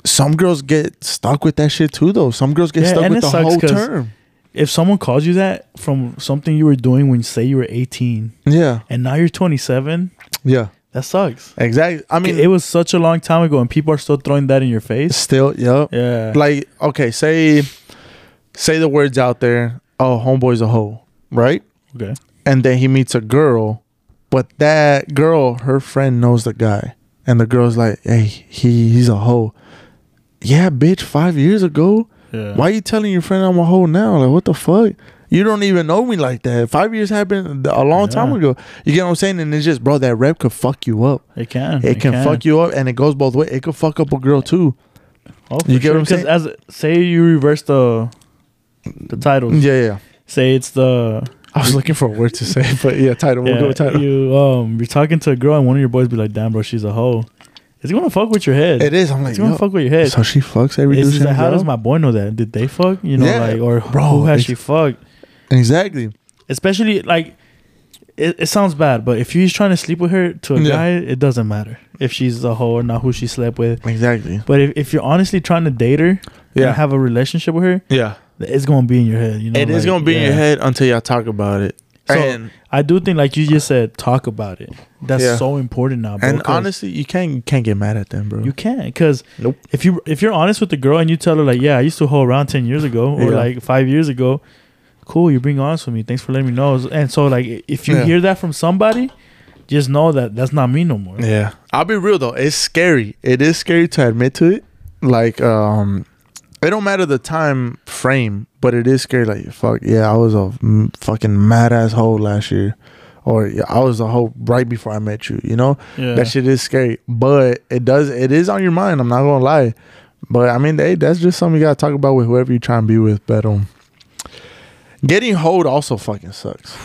some girls get stuck with that shit too, though. Some girls get Yeah, stuck and with it the sucks whole 'cause- term. If someone calls you that from something you were doing when say you were 18 Yeah, and now you're 27, yeah, that sucks. exactly. I I mean, mean, it was such a long time ago and people are still throwing that in your face. still, yeah. Yeah. Like, okay, say, say the words out there. Oh, homeboy's a hoe, right? okay. And then he meets a girl, but that girl, her friend knows the guy, and the girl's like, "Hey, he he's a hoe." Yeah, bitch. Five years ago, Yeah. Why you telling your friend I'm a hoe now? Like, what the fuck? You don't even know me like that. Five years happened a long time Yeah. ago. You get what I'm saying? And it's just, bro, that rep could fuck you up. It can. Mm-hmm. It, can, fuck you up, and it goes both ways. It could fuck up a girl too. Oh, You get what I'm Because as say you reverse the the titles. Yeah, yeah. Say it's the I was looking for a word to say, but yeah, title. We'll go yeah, with title. you um you're talking to a girl and one of your boys be like, "Damn, bro, she's a hoe." It's gonna fuck with your head. It is. I'm like, It's gonna yo, fuck with your head. so she fucks every It's dude. just she like, how does meets? my boy know that? Did they fuck? You know, Yeah, like or bro, who has it's- she fucked? exactly. Especially like. It, it sounds bad, but if he's trying to sleep with her to a Yeah. guy, it doesn't matter if she's a hoe or not who she slept with. Exactly. But if, if you're honestly trying to date her Yeah. and have a relationship with her, yeah. it's gonna be in your head. You know, It is like, gonna be in your yeah. head until y'all talk about it. So- and I do think, like you just said, talk about it. That's Yeah. so important now. Bro, and 'cause honestly, you can't you can't get mad at them, bro. you can't because Nope. if you if you're honest with the girl and you tell her like, yeah, I used to hoe around ten years ago or Yeah. like five years ago. Cool, you're being honest with me. Thanks for letting me know. And so, like, if you Yeah. hear that from somebody, just know that that's not me no more. Yeah. I'll be real though. It's scary. It is scary to admit to it. Like, um, it don't matter the time frame, but it is scary. Like, fuck, yeah, I was a m- fucking mad asshole last year. Or yeah, I was a hoe right before I met you, you know? Yeah. That shit is scary. But it does, it is on your mind. I'm not going to lie. But I mean, hey, that's just something you got to talk about with whoever you try and be with. But, um, getting hold also fucking sucks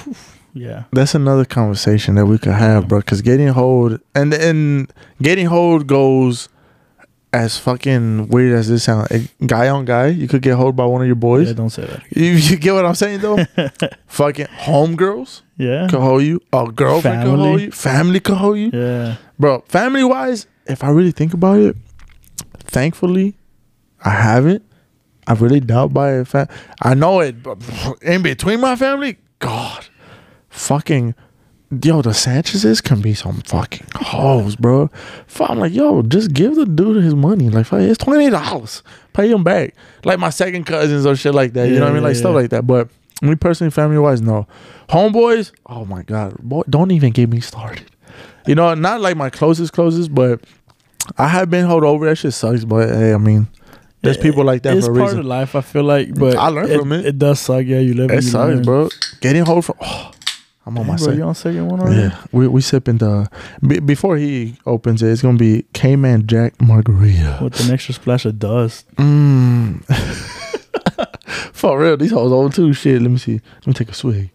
yeah. that's another conversation that we could have, bro. Because getting hold and and getting hold goes as fucking weird as this sounds. A guy on guy, you could get hold by one of your Yeah, boys. Don't say that. You, you get what I'm saying though? fucking homegirls Yeah. could hold you. A girlfriend could hold Family. you. Family could hold you, Yeah. bro. Family wise, if I really think about it, thankfully, I haven't. I really doubt by a fam. I know it but in between my family. God, fucking yo, the Sanchez's can be some fucking hoes, bro. Fuck, I'm like, yo, just give the dude his money. Like, fuck, it's twenty dollars. Pay him back. Like my second cousins or shit like that. you know what I mean? Yeah, Like yeah, stuff yeah. like that. But me personally, family wise, no. Homeboys, oh my god, boy, don't even get me started. You know, not like my closest closest, but I have been held over. That shit sucks, but hey, I mean, there's It- people like that it's for a part reason. of life. I feel like, but I learned it, from it. It does suck. Yeah, you live. It and you sucks, learn. bro. Getting hold from. Oh, I'm on Damn, my bro, side. you on second one already? Yeah, we we sipping the be, before he opens it. It's gonna be Cayman Jack Margarita. With an extra splash of dust. Mm. For real, these hoes old too. Shit, let me see. Let me take a swig.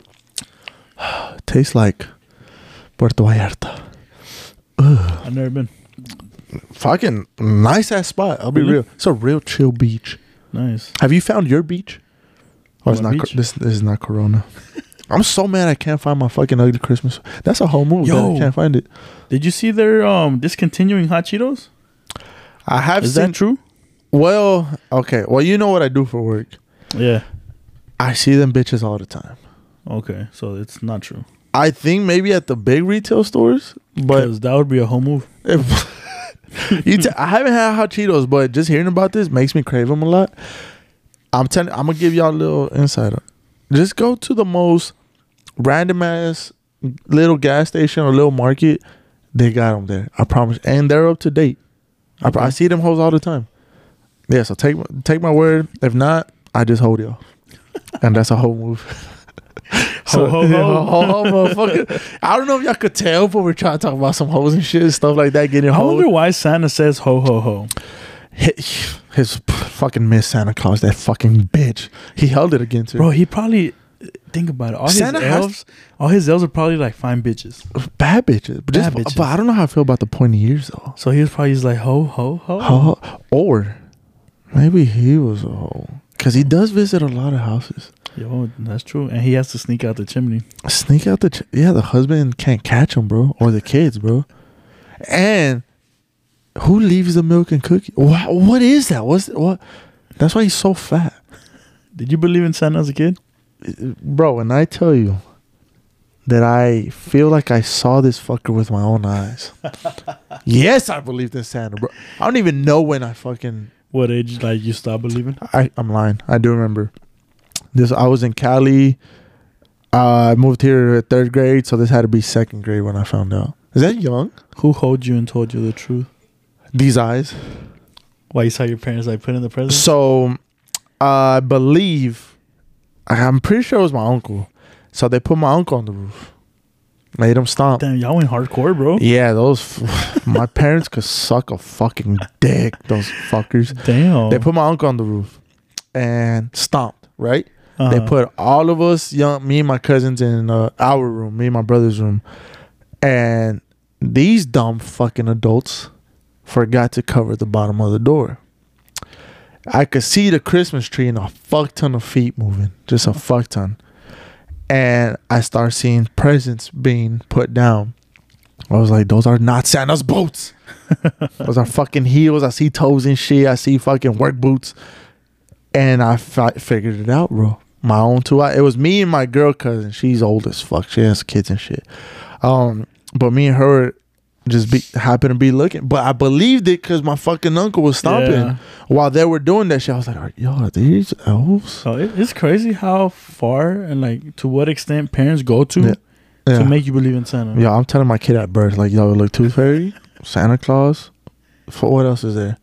Tastes like Puerto Vallarta. I've never been. Fucking nice ass spot. I'll be Really? real. It's a real chill beach. Nice. Have you found your beach? Oh, it's My not. cor- beach? This, this is not Corona. I'm so mad I can't find my fucking ugly Christmas. That's a whole move. Yo. I Yo. can't find it. Did you see they're um discontinuing hot Cheetos? I have Is seen that true? Well, okay. Well, you know what I do for work. Yeah. I see them bitches all the time. Okay, so it's not true. I think maybe at the big retail stores, but Because that would be a home move. if, you t- I haven't had hot Cheetos, but just hearing about this makes me crave them a lot. I'm telling. I'm gonna give y'all a little insider. Just go to the most random ass little gas station or little market. They got them there. I promise, and they're up to date. I, pro- I Okay. see them hoes all the time. Yeah, so take take my word. If not, I just hold y'all, and that's a whole move. Ho, ho, ho. yeah, ho, motherfucker. I don't know if y'all could tell, but we're trying to talk about some hoes and shit, and stuff like that, getting I hoes. wonder why Santa says ho ho ho. His, his p- fucking Miss Santa Claus, that fucking bitch. He held it against her. Bro, he probably think about it. All Santa his has- elves, all his elves are probably like fine bitches. bad bitches. But, just, Bad bitches. but I don't know how I feel about the pointy ears though. So he was probably just like ho ho ho. Ho- Or maybe he was a hoe because he does visit a lot of houses. Yo, that's true. And he has to sneak out the chimney. Sneak out the ch- yeah. The husband can't catch him, bro, or the kids, bro. And who leaves the milk and cookie? What, what is that? What's what? That's why he's so fat, Did you believe in Santa as a kid? bro. And I tell you that I feel like I saw this fucker with my own eyes. yes, I believed in Santa, bro. I don't even know when I fucking What age like you stop believing? I, I'm lying. I do remember this. I was in Cali. Uh, I moved here at third grade, so this had to be second grade when I found out. Is that young? Who hold you and told you the truth? These eyes. Why you saw your parents like put in the present? So I believe, I- I'm pretty sure it was my uncle. So they put my uncle on the roof, made him stomp. Damn, y'all went hardcore, bro. Yeah, those. my parents could suck a fucking dick. Those fuckers. Damn. They put my uncle on the roof and stomped. Right. They Uh-huh. put all of us, young, me and my cousins, in uh, our room, me and my brother's room, and these dumb fucking adults forgot to cover the bottom of the door. I could see the Christmas tree and a fuck ton of feet moving, just a fuck ton, and I start seeing presents being put down. I was like, those are not Santa's boots. those are fucking heels. I see toes and shit. I see fucking work boots and I fi- figured it out, bro. My own two. It was me and my girl cousin. She's old as fuck. She has kids and shit. Um, but me and her just be happened to be looking. But I believed it because my fucking uncle was stomping Yeah. while they were doing that shit. I was like, "Are- yo, are these elves? So it, it's crazy how far and like to what extent parents go to Yeah. to Yeah. make you believe in Santa. yeah, I'm telling my kid at birth, like, yo, look, Tooth Fairy, Santa Claus. For what else is there?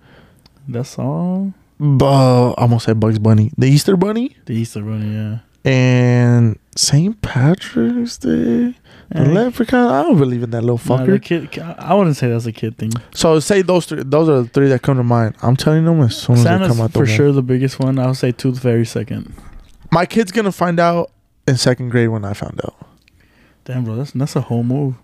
That's all. Bu- I almost said Bugs Bunny, the Easter Bunny, The Easter Bunny, yeah. and St. Patrick's Day. The And- leprechaun. I don't believe in that little Nah, the fucker. kid, I wouldn't say that's a kid thing. so say those three. Those are the three that come to mind. I'm telling them as soon as they Santa's come out the for womb. sure the biggest one. I'll say Tooth Fairy second. My kid's gonna find out in second grade when I found out. Damn, bro, that's that's a whole move.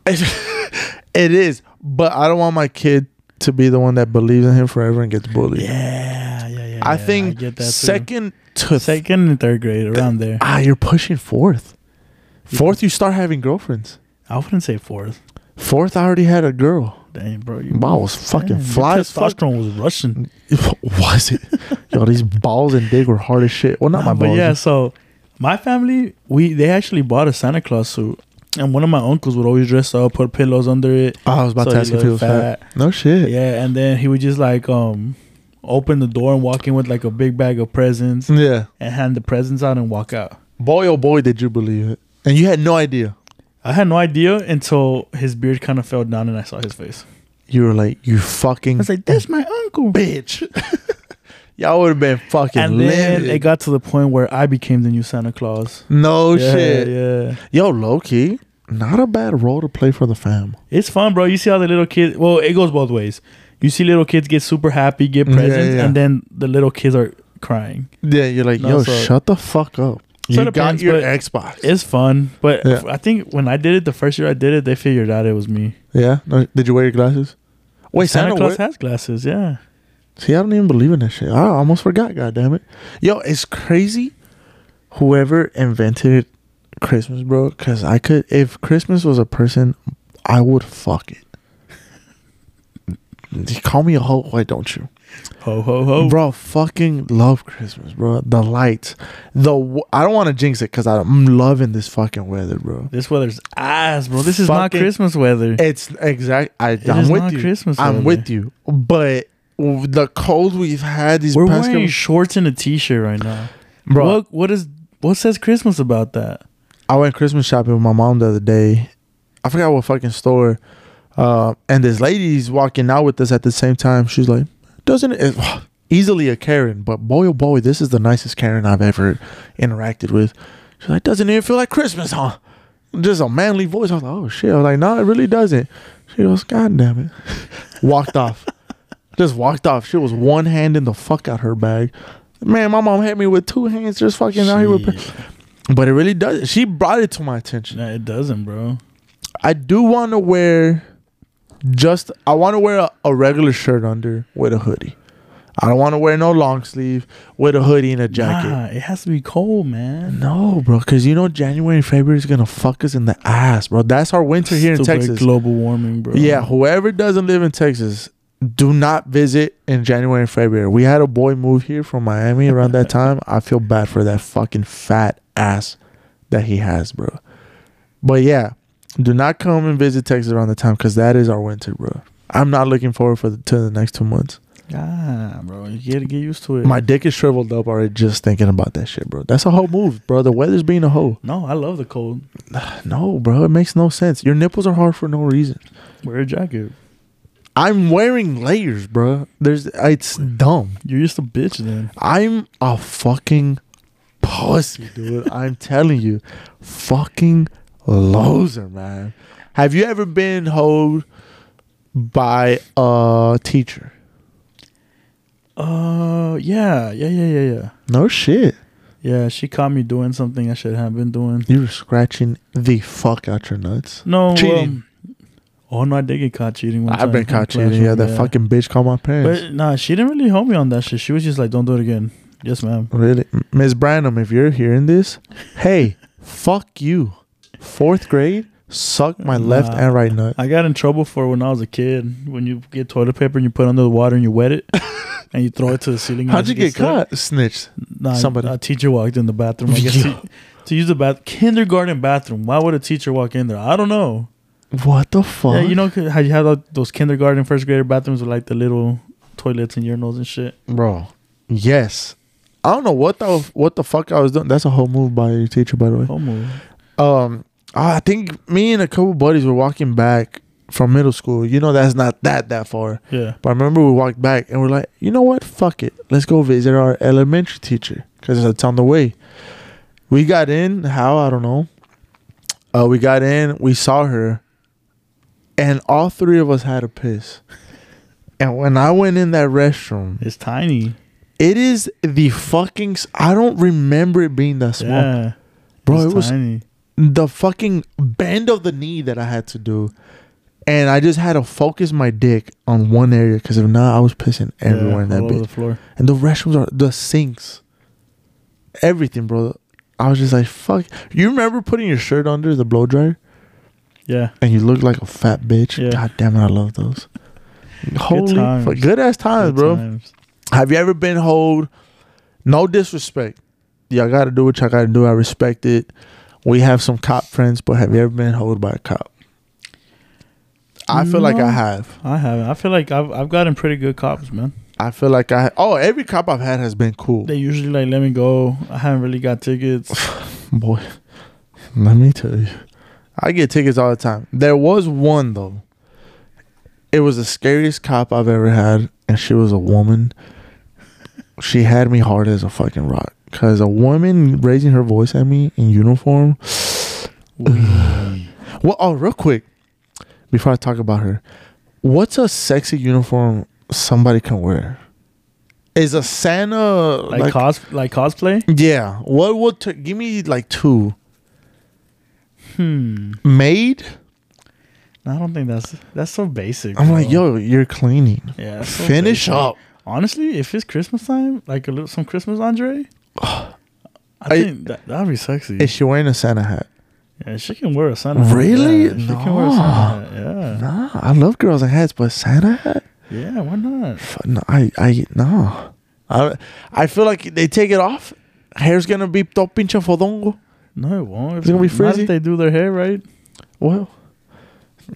It is, but I don't want my kid to be the one that believes in him forever and gets bullied. Yeah, yeah, yeah. I yeah, think get that too. second to th- second and third grade around there. ah, you're pushing fourth. Fourth, you start having girlfriends. I wouldn't say fourth. Fourth, I already had a girl. Damn, bro, you Wow, I was fucking fly as fuck. Testosterone was rushing. Was it? Yo, these balls and dick were hard as shit. Well, not Nah, my but balls. yeah, so my family, we they actually bought a Santa Claus suit, and one of my uncles would always dress up, put pillows under it. I was about So to he ask if looked he was fat. No shit. Yeah, and then he would just like um open the door and walk in with like a big bag of presents Yeah. and hand the presents out and walk out. Boy, oh boy, did you believe it. And you had no idea. I had no idea until his beard kind of fell down and I saw his face. You were like, you fucking I was like, "That's my uncle." bitch. Y'all would have been fucking And then livid. it got to the point where I became the new Santa Claus. no yeah, shit. Yeah. Yo, Loki, not a bad role to play for the fam. It's fun, bro. You see how the little kids. Well, it goes both ways. You see little kids get super happy, get Yeah, presents, yeah. and then the little kids are crying. Yeah, you're like, No, yo, so- shut the fuck up. So you the got parents your put- Xbox. It's fun, but Yeah. I think when I did it the first year I did it, they figured out it was me. yeah? No, did you wear your glasses? Wait, Santa, Santa Claus wear- has glasses, yeah. See, I don't even believe in that shit. I almost forgot. God damn it, yo, it's crazy. Whoever invented Christmas, bro, because I could. If Christmas was a person, I would fuck it. You call me a hoe, why don't you, Ho ho ho, bro. bro? Fucking love Christmas, bro. The lights, the w- I don't want to jinx it because I'm loving this fucking weather, bro. This weather's ass, bro. This is not Fucking- Christmas weather. It's exact. I, It I'm is with not you. Christmas I'm weather. with you, but w- the cold we've had these We're past wearing couple- shorts and a t-shirt right now, Bro. What, what is what says Christmas about that? I went Christmas shopping with my mom the other day. I forgot what fucking store. Uh, and this lady's walking out with us at the same time. She's like, doesn't it? Easily a Karen, but boy, oh boy, this is the nicest Karen I've ever interacted with. She's like, doesn't even feel like Christmas, huh? Just a manly voice. I was like, oh shit. I was like, no, it really doesn't. She goes, God damn it. Walked off. Just walked off. She was one hand in the fuck out her bag. Man, my mom had me with two hands just fucking out here with. Shit. But it really does. She brought it to my attention. Nah, it doesn't, bro. I do want to wear just. I want to wear a, a regular shirt under with a hoodie. I don't want to wear no long sleeve with a hoodie and a jacket. Nah, it has to be cold, man. No, bro, because you know January and February is gonna fuck us in the ass, bro. That's our winter here in Stupid Texas. Global warming, bro. Yeah, whoever doesn't live in Texas, do not visit in January and February. We had a boy move here from Miami around that time. I feel bad for that fucking fat ass that he has, bro. But yeah, do not come and visit Texas around the time because that is our winter, bro. I'm not looking forward for the, to the next two months. Ah, bro. You gotta get used to it. My dick is shriveled up already just thinking about that shit, bro. That's a whole move, bro. The weather's being a hoe. no, I love the cold. No, bro, it makes no sense. Your nipples are hard for no reason. Wear a jacket. I'm wearing layers, bro. There's it's dumb. You're just a bitch then. I'm a fucking pussy, dude. I'm telling you, fucking loser, man. Have you ever been hoed by a teacher? Uh, yeah, yeah, yeah, yeah, yeah. No shit. Yeah, she caught me doing something I should have been doing. You were scratching the fuck out your nuts. No, Cheating. um, oh no, I did get caught cheating. One I've time been in caught cheating. classroom, Yeah, that fucking bitch called my parents. But nah, she didn't really help me on that shit. She was just like, "Don't do it again." Yes, ma'am. Really, Miss Branham, if you're hearing this, hey, fuck you. Fourth grade, suck my left Nah. and right nut. I got in trouble for when I was a kid. When you get toilet paper and you put it under the water and you wet it, and you throw it to the ceiling. and How'd it you gets get stuck. caught? Snitched. Nah, Somebody. A teacher walked in the bathroom. I guess Yo. to, to use the bath kindergarten bathroom. Why would a teacher walk in there? I don't know. What the fuck? Yeah, you know 'cause how you have like, those kindergarten first grader bathrooms with like the little toilets and urinals and shit. bro. Yes. I don't know what the what the fuck I was doing. That's a whole move by your teacher, by the way. Homo. Um, I think me and a couple buddies were walking back from middle school. You know, that's not that that far. Yeah. But I remember we walked back and we're like, you know what? Fuck it. Let's go visit our elementary teacher because it's on the way. We got in. How? I don't know. Uh, we got in. We saw her. And all three of us had a piss. And when I went in that restroom, It's tiny. it is the fucking. s- I don't remember it being that small. Yeah. Bro, it's it was tiny. the fucking bend of the knee that I had to do. And I just had to focus my dick on one area because if not, I was pissing everywhere Yeah, in that all over bitch. the floor. And the restrooms are the sinks, everything, bro. I was just like, fuck. You remember putting your shirt under the blow dryer Yeah. and you look like a fat bitch? Yeah. God damn it, I love those. Holy times. fuck. Good ass times, Good bro. times. Have you ever been hold? No disrespect. Y'all gotta do what y'all gotta do. I respect it. We have some cop friends, but have you ever been hold by a cop? I feel like No. I have. I haven't. I feel like I've I've gotten pretty good cops, man. I feel like I. Oh, every cop I've had has been cool, They usually like let me go. I haven't really got tickets. boy. Let me tell you, I get tickets all the time. There was one though. It was the scariest cop I've ever had, and she was a woman. She had me hard as a fucking rock. Cause a woman raising her voice at me in uniform, Well, oh, real quick, before I talk about her, what's a sexy uniform somebody can wear? Is a Santa like, like, cos like cosplay. yeah? What would t- give me like two Hmm. maid? I don't think that's that's so basic. I'm like, yo, bro. you're cleaning. Yeah. that's so Finish basic. up. Honestly, if it's Christmas time, like a little some Christmas lingerie. I I- think that that'd be sexy. Is she wearing a Santa hat? yeah, she can wear a Santa. hat. Really? Yeah, she can wear a Santa. hat. Yeah. Nah, I love girls in hats, but Santa hat? Yeah. Why not? F- No, I, I, no. I, I feel like they take it off. Hair's gonna be todo pinche fodongo. No, it won't. It's gonna be Not frizzy. if they do their hair right. Well,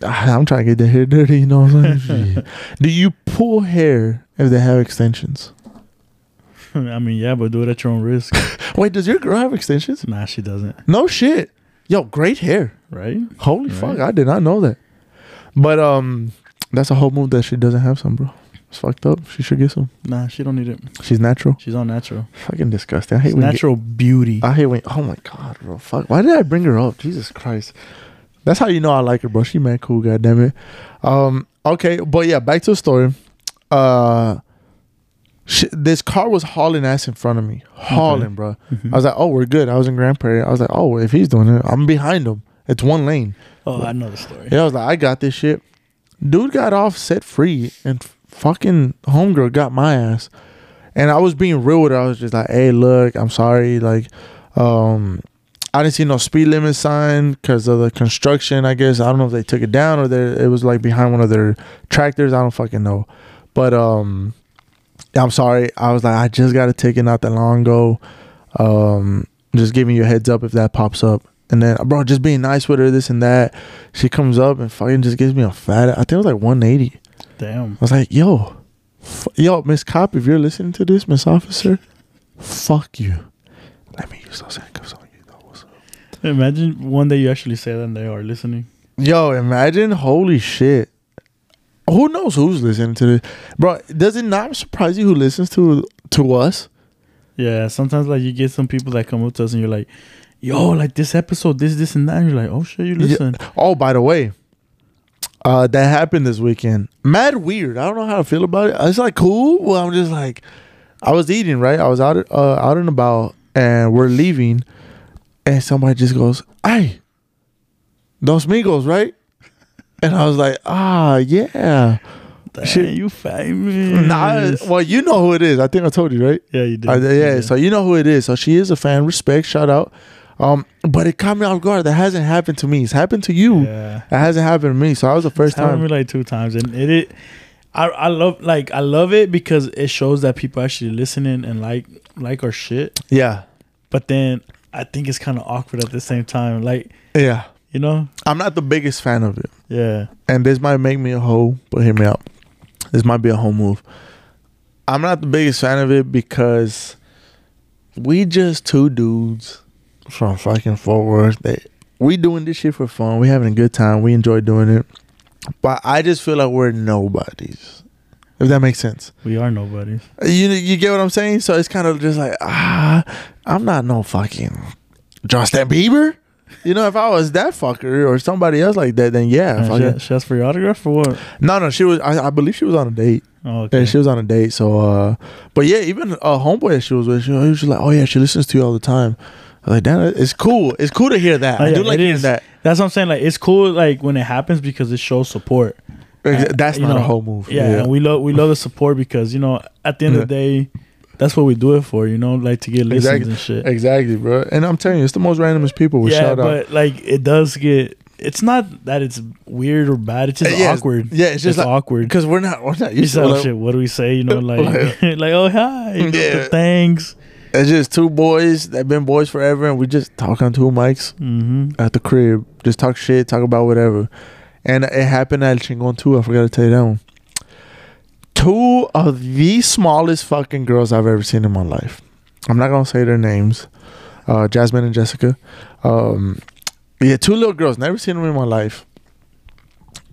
I- I'm trying to get the hair dirty, you know what I'm saying? Shit. Do you pull hair if they have extensions? I mean, yeah, but do it at your own risk. Wait, does your girl have extensions? nah, she doesn't. No shit. Yo, great hair. Right? Holy Right. fuck, I did not know that. But um that's a whole move that she doesn't have some, bro. It's fucked up. She should get some. Nah, she don't need it. She's natural. She's all natural. Fucking disgusting. I hate It's when you get- natural beauty. I hate when oh my god, bro. Fuck. Why did I bring her up? Jesus Christ. That's how you know I like her, bro. She man cool, god damn it. Um, okay, but yeah, back to the story. Uh sh- this car was hauling ass in front of me. Hauling, bro. Mm-hmm. I was like, oh, we're good. I was in Grand Prairie. I was like, oh, if he's doing it, I'm behind him. It's one lane. oh, I know the story. Yeah, I was like, I got this shit. Dude got off set free and f- fucking homegirl got my ass. And I was being real with her. I was just like, hey, look, I'm sorry. Like, um, I didn't see no speed limit sign because of the construction, I guess. I don't know if they took it down or they- it was like behind one of their tractors. I don't fucking know. But um, I'm sorry. I was like, I just got a ticket not that long ago. Um, just giving you a heads up if that pops up. And then, bro, just being nice with her, this and that. She comes up and fucking just gives me a fat. I think it was like 180. Damn. I was like, yo, f- yo, Miss Cop, if you're listening to this, Miss Officer, fuck you. Let me use those handcuffs on you. Though. What's up? Imagine one day you actually say that and they are listening. Yo, imagine, holy shit. Who knows who's listening to this, bro? Does it not surprise you who listens to to us? Yeah, sometimes like you get some people that come up to us and you're like, yo, like this episode, this, this, and that. And you're like, oh shit, you Yeah. listen. Oh, by the way, uh, that happened this weekend. Mad weird. I don't know how to feel about it. It's like cool. Well, I'm just like, I was eating right. I was out uh, out and about, and we're leaving, and somebody just goes, "Hey, those Migos, right?" And I was like, "Ah, yeah." Damn, Shit. you famous. Nah, well, you know who it is. I think I told you, right? Mm. yeah, you did. Uh, yeah, You so you know who it is. So she is a fan. Respect, shout out. Um, but it caught me off guard. That hasn't happened to me. It's happened to you. Yeah. It hasn't happened to me. So I was the first It's happened time. to me like two times, and it, it I, I love like I love it because it shows that people actually listening and like like our shit. yeah. But then I think it's kind of awkward at the same time. Like Yeah. you know, I'm not the biggest fan of it. yeah, And this might make me a hoe, but hear me out. This might be a home move. I'm not the biggest fan of it because we just two dudes from fucking Fort Worth. That we doing this shit for fun. We having a good time. We enjoy doing it. But I just feel like we're nobodies. If that makes sense. we are nobodies. You you get what I'm saying? So it's kind of just like ah, I'm not no fucking Justin Bieber. You know, if I was that fucker or somebody else like that, then yeah. Uh, fucking- she, she asked for your autograph or what? No, no, she was. I, I believe she was on a date. Oh, Yeah, okay. she was on a date. So, uh, but yeah, even a homeboy that she was with, she was, she was like, "Oh yeah, she listens to you all the time." I was like, "Damn, it's cool. It's cool to hear that. Oh, I yeah, do like it hearing is. that." That's what I'm saying. Like it's cool, like when it happens because it shows support. Ex- That's you not know, a whole move. Yeah, and we love we love the support because you know at the end of the day, that's what we do it for. You know, like to get listens Exactly. and shit. exactly, bro. And I'm telling you, it's the most randomest people. We yeah, shout out. but like it does get. It's not that it's weird or bad. It's just Uh, Yeah, it's- awkward. yeah, it's just like- awkward. Because we're not, we're not You used say, to oh, it. shit, what do we say? You know, like, Like- like, oh hi, you know, Yeah. thanks. It's just two boys that been boys forever, and we just talk on two mics Mm-hmm. at the crib, just talk shit, talk about whatever. And it happened at Chingon too. I forgot to tell you that one. Two of the smallest fucking girls I've ever seen in my life. I'm not gonna say their names, uh, Jasmine and Jessica. Um, yeah, two little girls. Never seen them in my life.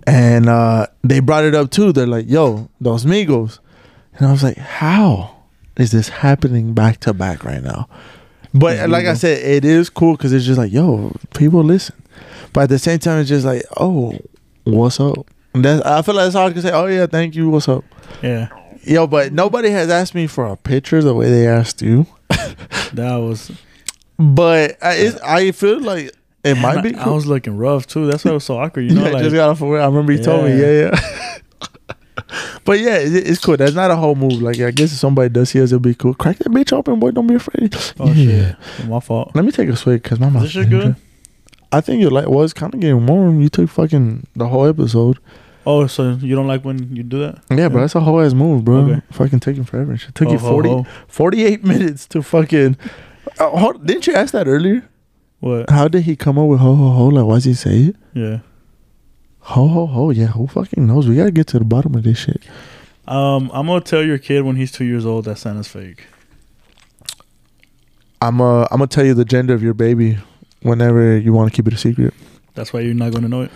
And uh, they brought it up too. They're like, "Yo, those Migos," and I was like, "How is this happening back to back right now?" But These like I Migos. said, it is cool because it's just like, "Yo, people listen," but at the same time, it's just like, "Oh, what's up?" And that's, I feel like that's all I can say. Oh yeah, thank you. What's up? Yeah, Yo, but nobody has asked me for a picture the way they asked you. that was. But I, it's, I feel like it Damn, might I- be. I Cool. was looking rough too. That's why it was so awkward. You know, yeah, like, just got off of work. I remember you told me. Yeah. Yeah, yeah. but yeah, it, it's cool. That's not a whole move. Like I guess if somebody does see us, it'll be cool. Crack that bitch open, boy. Don't be afraid. oh Yeah. shit, my fault. Let me take a swig because my mouth. Is this shit good? I think your light was kind of getting warm. You took fucking the whole episode. Oh, so you don't like when you do that? Yeah, bro, that's a whole ass move, bro. Okay. Fucking taking forever. and shit. took Oh, you ho, 40, ho. 48 minutes to fucking. Uh, hold, didn't you ask that earlier? What? How did he come up with ho ho ho? Like, why does he say it? Yeah. Ho ho ho! Yeah, who fucking knows? We gotta get to the bottom of this shit. Um, I'm gonna tell your kid when he's two years old that Santa's fake. I'm uh, I'm gonna tell you the gender of your baby whenever you want to keep it a secret. That's why you're not gonna know it.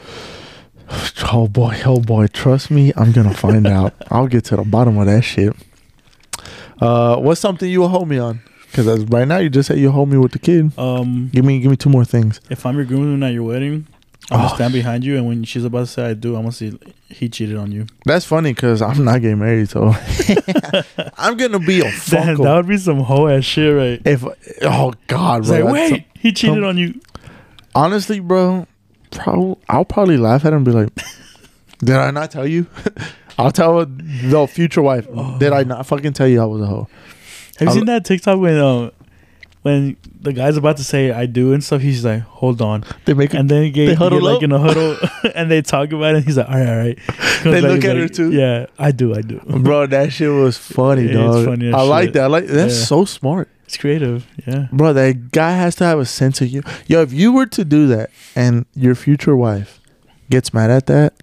Oh boy, oh boy, trust me, I'm gonna find out. I'll get to the bottom of that shit. Uh, what's something you will hold me on? Cause as, right now you just say you hold me with the kid. Um, Give me, give me two more things. if I'm your groomsman at your wedding, I'm gonna Oh, stand behind you, and when she's about to say I do, I'm gonna say he cheated on you. That's funny, cause I'm not getting married, so I'm gonna be a Damn, that fucker. would be some whole ass shit, right? If oh god, It's bro, like, that's- wait, he cheated some- on you. honestly, bro, prob- I'll probably laugh at him and be like, "Did I not tell you?" I'll tell the future wife. Did I not fucking tell you I was a hoe? Have you I'll- seen that TikTok when uh, when the guy's about to say "I do" and stuff? He's like, "Hold on," They make a and then he get, They they huddle get like up? in a huddle, and they talk about it. And he's like, "All right, all right." They Like, look he's at like, her too? Yeah, I do, I do. bro. That shit was funny, It's dog. funny as I like shit. that. I like that's Yeah. so smart, It's creative. Yeah, bro. That guy has to have a sense of you. Yo, if you were to do that and your future wife gets mad at that,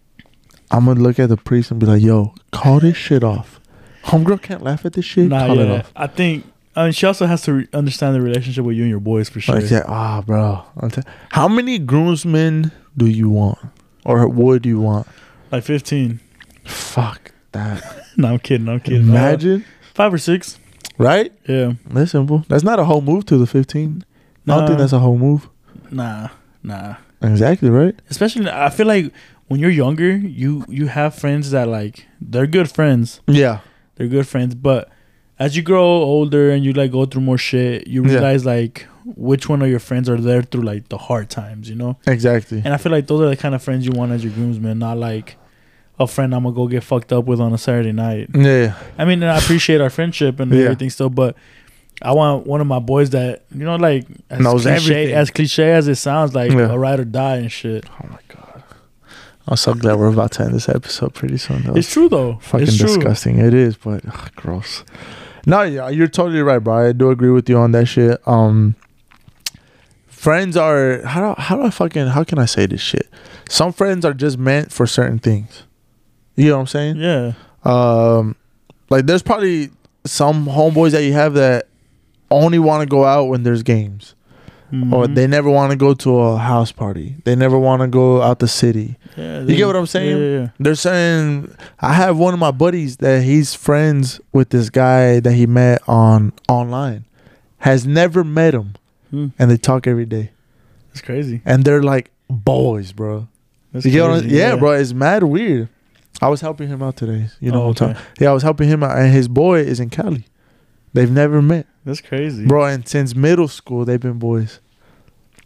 I'm gonna look at the priest and be like, "Yo, call this shit off." Homegirl can't laugh at this shit. nah, call it yeah. off. I think. I mean, she also has to re- understand the relationship with you and your boys for sure. Like that. Ah, bro. I'll tell- How many groomsmen do you want, or would you want? Like fifteen. Fuck that. No, I'm kidding. I'm kidding. Uh, Imagine, five or six. right? Yeah. That's simple. That's not a whole move to the 15. I don't Nah. think that's a whole move. Nah, nah. Exactly right. Especially, I feel like when you're younger, you you have friends that like they're good friends. Yeah. They're good friends, but as you grow older and you like go through more shit, you Yeah. realize like which one of your friends are there through like the hard times, you know. Exactly. And I feel like those are the kind of friends you want as your groomsman, not like a friend I'm gonna go get fucked up with on a Saturday night. Yeah. I mean, and I appreciate our friendship and Yeah. everything still, but I want one of my boys that you know, like as Knows cliche, everything. as cliche as it sounds, like Yeah. a ride or die and shit. Oh my god. I'm so glad we're about to end this episode pretty soon. Though. It's true though. fucking it's true. disgusting. It is, but ugh, gross. No, yeah, you're totally right, bro. I do agree with you on that shit. Um, friends are how do how do I fucking how can I say this shit? Some friends are just meant for certain things. You know what I'm saying? Yeah, Um, like there's probably some homeboys that you have that only want to go out when there's games, or Mhm. they never want to go to a house party. They never want to go out the city. Yeah, You they- get what I'm saying? Yeah, yeah, They're saying I have one of my buddies that he's friends with this guy that he met on online, has never met him, yeah. Hmm. and they talk every day, It's crazy. and they're like boys, bro. That's You get what I'm, crazy, yeah, bro. It's mad weird. I was helping him out today. You know Oh, what I'm okay. talking. Yeah, I was helping him out, and his boy is in Cali. They've never met, That's crazy, bro. And since middle school, they've been boys.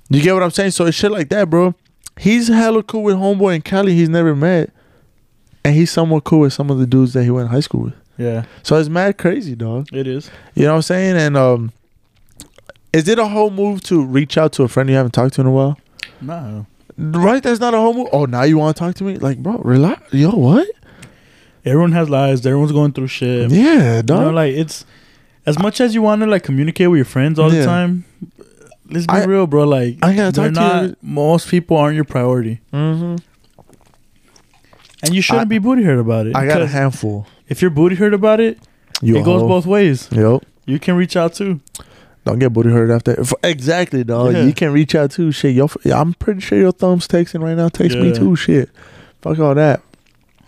You get what I'm saying? So it's shit like that, bro. He's hella cool with homeboy in Cali. He's never met, and he's somewhat cool with some of the dudes that he went to high school with. Yeah, So it's mad crazy, dog. it is. You know what I'm saying? And um, is it a whole move to reach out to a friend you haven't talked to in a while? Nah, Right? That's not a whole move. Oh, now you want to talk to me? Like, bro, relax. Yo, what? everyone has lives. Everyone's going through shit. Yeah, You dog. know, like it's as much as you want to like communicate with your friends all Yeah. the time. Let's be I- real, bro. Like I gotta they're talk to you not. every- Most people aren't your priority, mm-hmm. and you shouldn't I- be booty hurt about it. I got a 'cause handful. if you're booty hurt about it, You it goes hoe. both ways. Yep. You can reach out too. Don't get booty hurt after. F- Exactly, dog. Yeah. You can reach out too. Shit, yo, I'm pretty sure your thumbs texting right now. Text me Yeah. too. Shit. Fuck all that.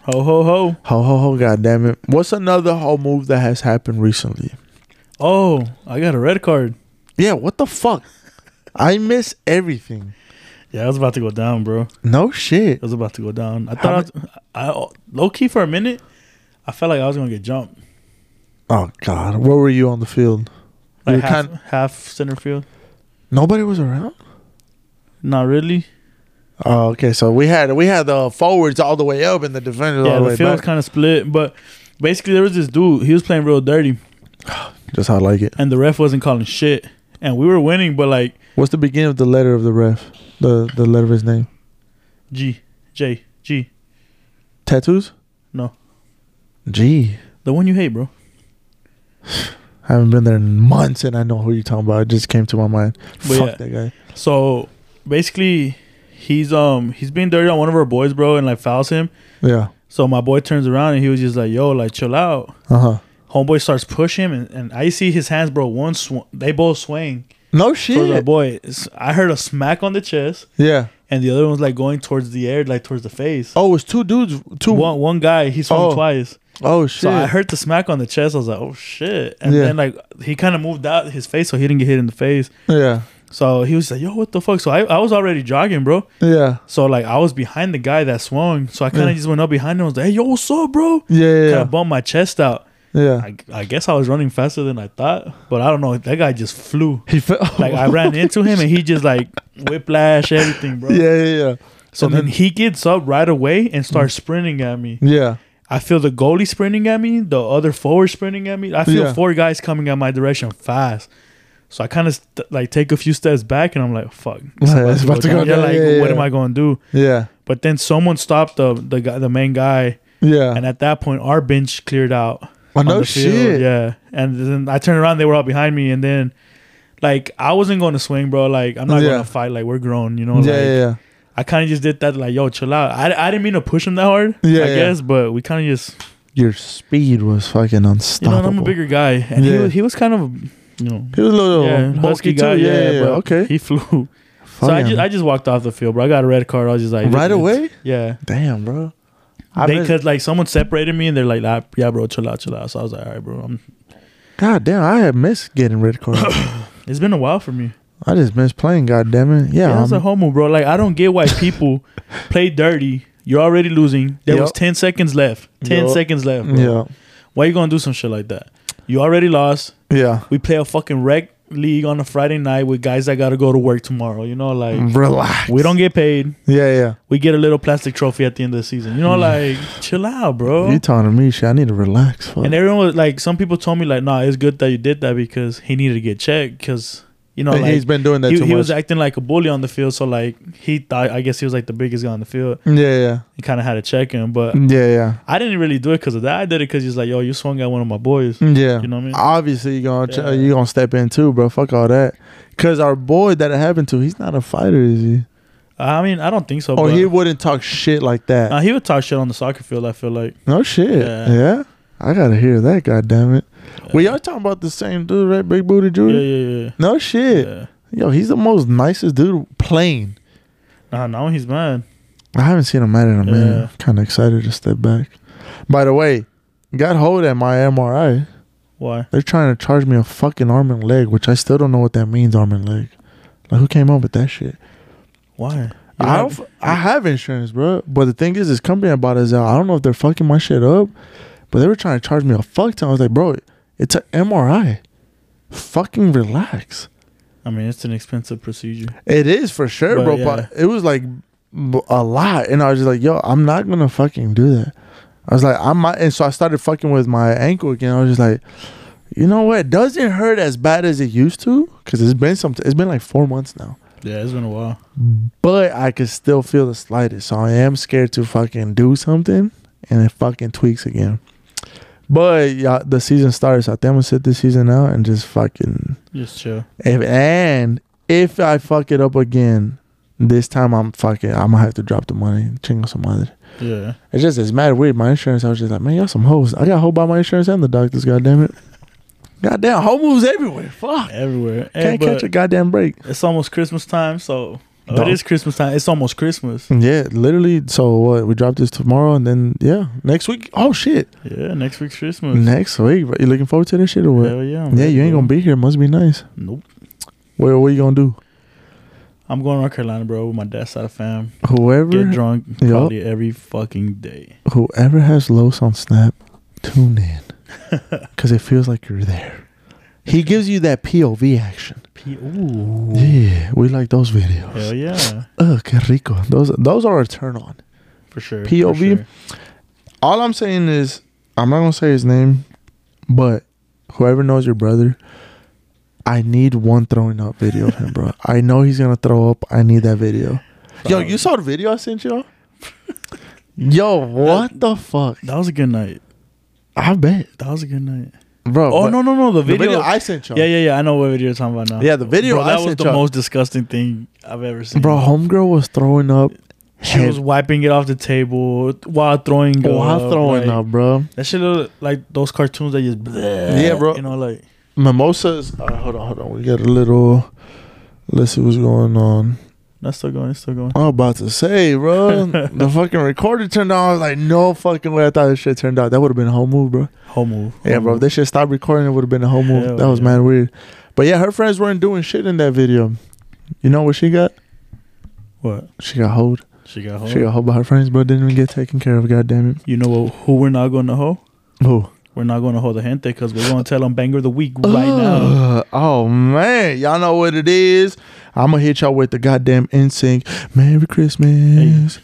Ho ho ho. Ho ho ho. God damn it. What's another whole move that has happened recently? Oh, I got a red card. Yeah. What the fuck? I miss everything. Yeah, I was about to go down, bro. No shit. It was about to go down. I How thought I, was, I low key for a minute. I felt like I was gonna get jumped. Oh God. Where were you on the field? You Like were half, kind- half center field. Nobody was around. Not really. Oh, okay. So we had we had the forwards all the way up and the defenders Yeah, all the, the way field was back. kind of split, but basically there was this dude. He was playing real dirty, Just how I like it. and the ref wasn't calling shit, and we were winning. But like What's the beginning of the letter of the ref? The the letter of his name. G, J, G, Tattoos? No. Gee. the one you hate, bro. I haven't been there in months and I know who you're talking about. It just came to my mind. But Fuck yeah. that guy. So basically, he's um he's being dirty on one of our boys, bro, and like fouls him. Yeah. So my boy turns around and he was just like, "Yo, like chill out." Uh huh. Homeboy starts pushing him, and, and I see his hands, bro. One, sw- they both swing. No towards our shit. boy. It's- I heard a smack on the chest, Yeah. and the other one's like going towards the air, like towards the face. Oh, it's two dudes. Two. One one guy, he swung Oh, twice. Oh shit. So I heard the smack on the chest. I was like, oh shit. And Yeah. then like he kind of moved out his face, so he didn't get hit in the face. yeah. So he was like, yo, what the fuck? So I, I was already jogging, bro. Yeah. So like I was behind the guy that swung. So I kind of Yeah. just went up behind him. I was like, hey, yo, what's up, bro? Yeah. Kind Yeah. of bumped my chest out. Yeah. I, I guess I was running faster than I thought, but I don't know. That guy just flew. he fell. Like I ran into him and he just like whiplash everything, bro. yeah. Yeah. Yeah. So And then, then- Mm. he gets up right away and starts sprinting at me. Yeah. I feel the goalie sprinting at me, the other forward sprinting at me. I feel Yeah. four guys coming at my direction fast. So I kind of st- like take a few steps back and I'm like, fuck. it's Yeah, it's about to go down. Yeah, down. like Yeah, yeah, what yeah. am I going to do? Yeah. But then someone stopped the the guy, the main guy, Yeah. and at that point our bench cleared out. oh, on no the field. shit. Yeah. And then I turned around, they were all behind me, and then like I wasn't going to swing, bro. Like I'm not Yeah. going to fight. Like we're grown, you know. Yeah, Like, yeah, I kind of just did that. Like yo, chill out. I, I didn't mean to push him that hard. Yeah, I yeah. guess, but we kind of just Your speed was fucking you know, unstoppable. and I'm a bigger guy, and he Yeah. was he was kind of you know. He was a little Yeah, bulky husky guy. too. Yeah, Yeah, yeah, but okay. He flew. So Fuck I yeah. just I just walked off the field, bro. I got a red card. I was just like right this is- away. Yeah, Damn, bro. I I they bet- cause like someone separated me, and they're like, "Ah, "Yeah, bro, chill out, chill out." So I was like, "All right, bro, I'm, God damn, I had missed getting red card. it's been a while for me." I just missed playing. God damn it. Yeah, um, Yeah, that's a I'm- homo, bro. Like I don't get why people play dirty. You're already losing. There was Yup. ten seconds left. Ten Yup. seconds left. Bro. yeah, Why you gonna do some shit like that? You already lost. yeah. We play a fucking rec league on a Friday night with guys that gotta go to work tomorrow. You know, like Mm. Relax. we don't get paid. Yeah, yeah. We get a little plastic trophy at the end of the season. You know, like chill out, bro. Mm. You talking to me? Shit, I need to relax. Fuck. Oh. And everyone was like, some people told me like, nah, it's good that you did that because he needed to get checked because you know, Hey, like he's been doing that he, too he much. was acting like a bully on the field. So like he thought, I guess he was like the biggest guy on the field. yeah, He kind of had to check him, but yeah, yeah, yeah. I didn't really do it because of that. I did it because he's like, yo, you swung at one of my boys. Yeah. You know what I mean? Obviously, you're gonna Yeah. you gonna step in too, bro. Fuck all that. Cause our boy that it happened to, he's not a fighter, is he? I mean, I don't think so. Oh, but, he wouldn't talk shit like that. Nah, he would talk shit on the soccer field. I feel like no shit. Yeah. Yeah. I gotta hear that. God damn it. Well, y'all talking about the same dude, right? Big booty yeah, Judy. yeah, No yeah. shit. yeah. Yo, he's the most nicest dude playing. Nah, now he's mad. I haven't seen him mad in a Yeah. minute. Kind of excited to step back. By the way, got hold at my MRI. Why? They're trying to charge me a fucking arm and leg, which I still don't know what that means, arm and leg. Like, who came up with that shit? Why? I don't, f- I have insurance, bro. But the thing is, this company I bought is out. I don't know if they're fucking my shit up, but they were trying to charge me a fuck ton. I was like, bro, it's an MRI. Fucking relax. I mean, it's an expensive procedure. It is for sure, But, bro. yeah. But it was like b- a lot, and I was just like, "Yo, I'm not gonna fucking do that." I was like, "I might," and so I started fucking with my ankle again. I was just like, "You know what? It doesn't hurt as bad as it used to, because it's been some. It's been like four months now, Yeah, it's been a while. but I could still feel the slightest. So I am scared to fucking do something, and it fucking tweaks again." But yeah, the season starts. I think I'm gonna sit this season out and just fucking Just chill. if and if I fuck it up again, this time I'm fucking. I'm gonna have to drop the money. Chingo some other. Yeah. It's just it's mad weird. My insurance. I was just like, man, y'all some hoes. I got hoed by my insurance and the doctors. Goddamn it. Goddamn, hoe moves everywhere. Fuck. Everywhere. Hey, Can't but catch a goddamn break. It's almost Christmas time, so oh, Dog. it is Christmas time. It's almost Christmas. Yeah, literally. So what? We drop this tomorrow, and then yeah, next week. Oh shit, Yeah, next week's Christmas. next week. bro. You looking forward to this shit or what? Hmm. Hell yeah. I'm Yeah, ready, you ain't bro. gonna be here. Must be nice. Nope. What? What you gonna do? I'm going to North Carolina, bro, with my dad's side of fam. Get Whoever, drunk probably every fucking day. whoever has Los on Snap, tune in. Because it feels like you're there. He gives you that POV action. P- Ooh. Yeah, we like those Hell videos. yeah. Ugh, que rico. Those those are a turn on. For sure. for POV? sure. All I'm saying is, I'm not gonna say his name, but whoever knows your brother, I need one throwing up video of him, bro. I know he's gonna throw up. I need that video. Yo, you saw the video I sent y'all? Yo, what the fuck? That was a good night. I bet, That was a good night. bro. Oh, but no, no, no. The the video, video. I sent y'all. yeah, yeah, yeah. I know what video you're talking about now. Yeah, the video Bro, I that was sent the y'all. most disgusting thing I've ever seen. Bro, homegirl was throwing up. She was wiping it off the table while throwing Oh, I'm up, throwing like, up, bro. That shit look like those cartoons that just bleh, Yeah, bro. You know, like Mimosas. Uh, hold on, hold on. We got a little. Let's see what's going on. that's still going, it's still going. I'm about to say, bro. the fucking recorder turned on. I was like, no fucking way. I thought this shit turned out. That would have been a whole move, bro. Home move. Yeah, home bro. If move. this shit stopped recording, it would have been a whole move. Hell that was yeah. mad weird. But yeah, her friends weren't doing shit in that video. You know what she got? What? She got hoed. She got home. She got hoed by her friends, bro. Didn't even get taken care of. God damn it. you know what, who we're not going to hoe? Who? We're not going to hoe the gente because we're going to tell them banger of the week right now. Ugh. Oh man, y'all know what it is. I'm gonna hit y'all with the goddamn NSYNC. Merry Christmas,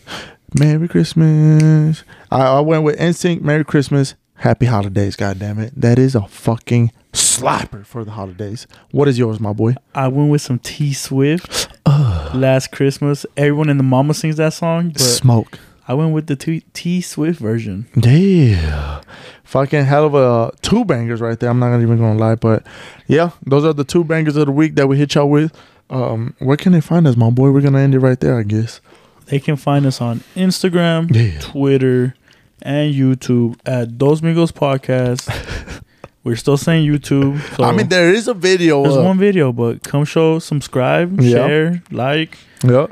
Merry Christmas. I, I went with Instinct. Merry Christmas. Happy holidays. God damn it. That is a fucking slapper for the holidays. What is yours, my boy? I went with some T Swift last Christmas. Everyone in the mama sings that song, but Smoke. I went with the T- T Swift version. Yeah. Fucking hell of a two bangers right there. I'm not even gonna lie, but yeah, those are the two bangers of the week that we hit y'all with. Um, where can they find us, my boy? We're gonna end it right there, I guess. They can find us on Instagram, Yeah. Twitter, and YouTube at Dos Migos Podcast. We're still saying YouTube. So I mean, there is a video. there's up. one video, but come show, subscribe, Yeah. share, like. Yep.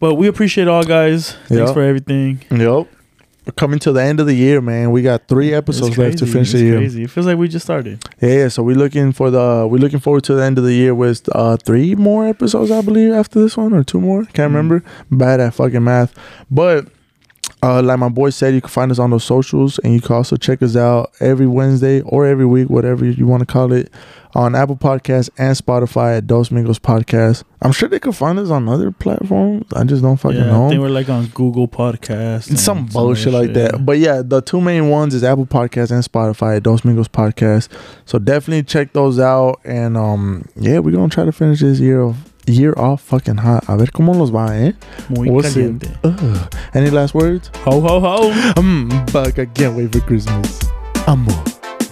But we appreciate all guys. Thanks Yeah. for everything. Yep. We're coming to the end of the year, man. We got three It's episodes left to crazy. finish the It's year. Crazy. It feels like we just started. Yeah, yeah, so we're looking for the we're looking forward to the end of the year with uh three more episodes, I believe, after this one or two more. Can't Mm-hmm. remember. Bad at fucking math. But uh like my boy said, you can find us on those socials and you can also check us out every Wednesday or every week, whatever you want to call it, on Apple Podcasts and Spotify at Dos Mingos Podcast. I'm sure they could find us on other platforms. I just don't fucking yeah, know. I think we're like on Google Podcast. and Some other bullshit like shit. that. But yeah, the two main ones is Apple Podcasts and Spotify, Dos Mingos Podcast. So definitely check those out. And um, yeah, we're gonna try to finish this year of year off fucking hot. A ver cómo nos va, eh? Muy We'll see. caliente. Ugh. Any last words? Ho ho ho. I'm back. I can't wait for Christmas. Amo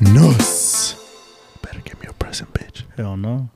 nos. Better give me a present, bitch. Hell no.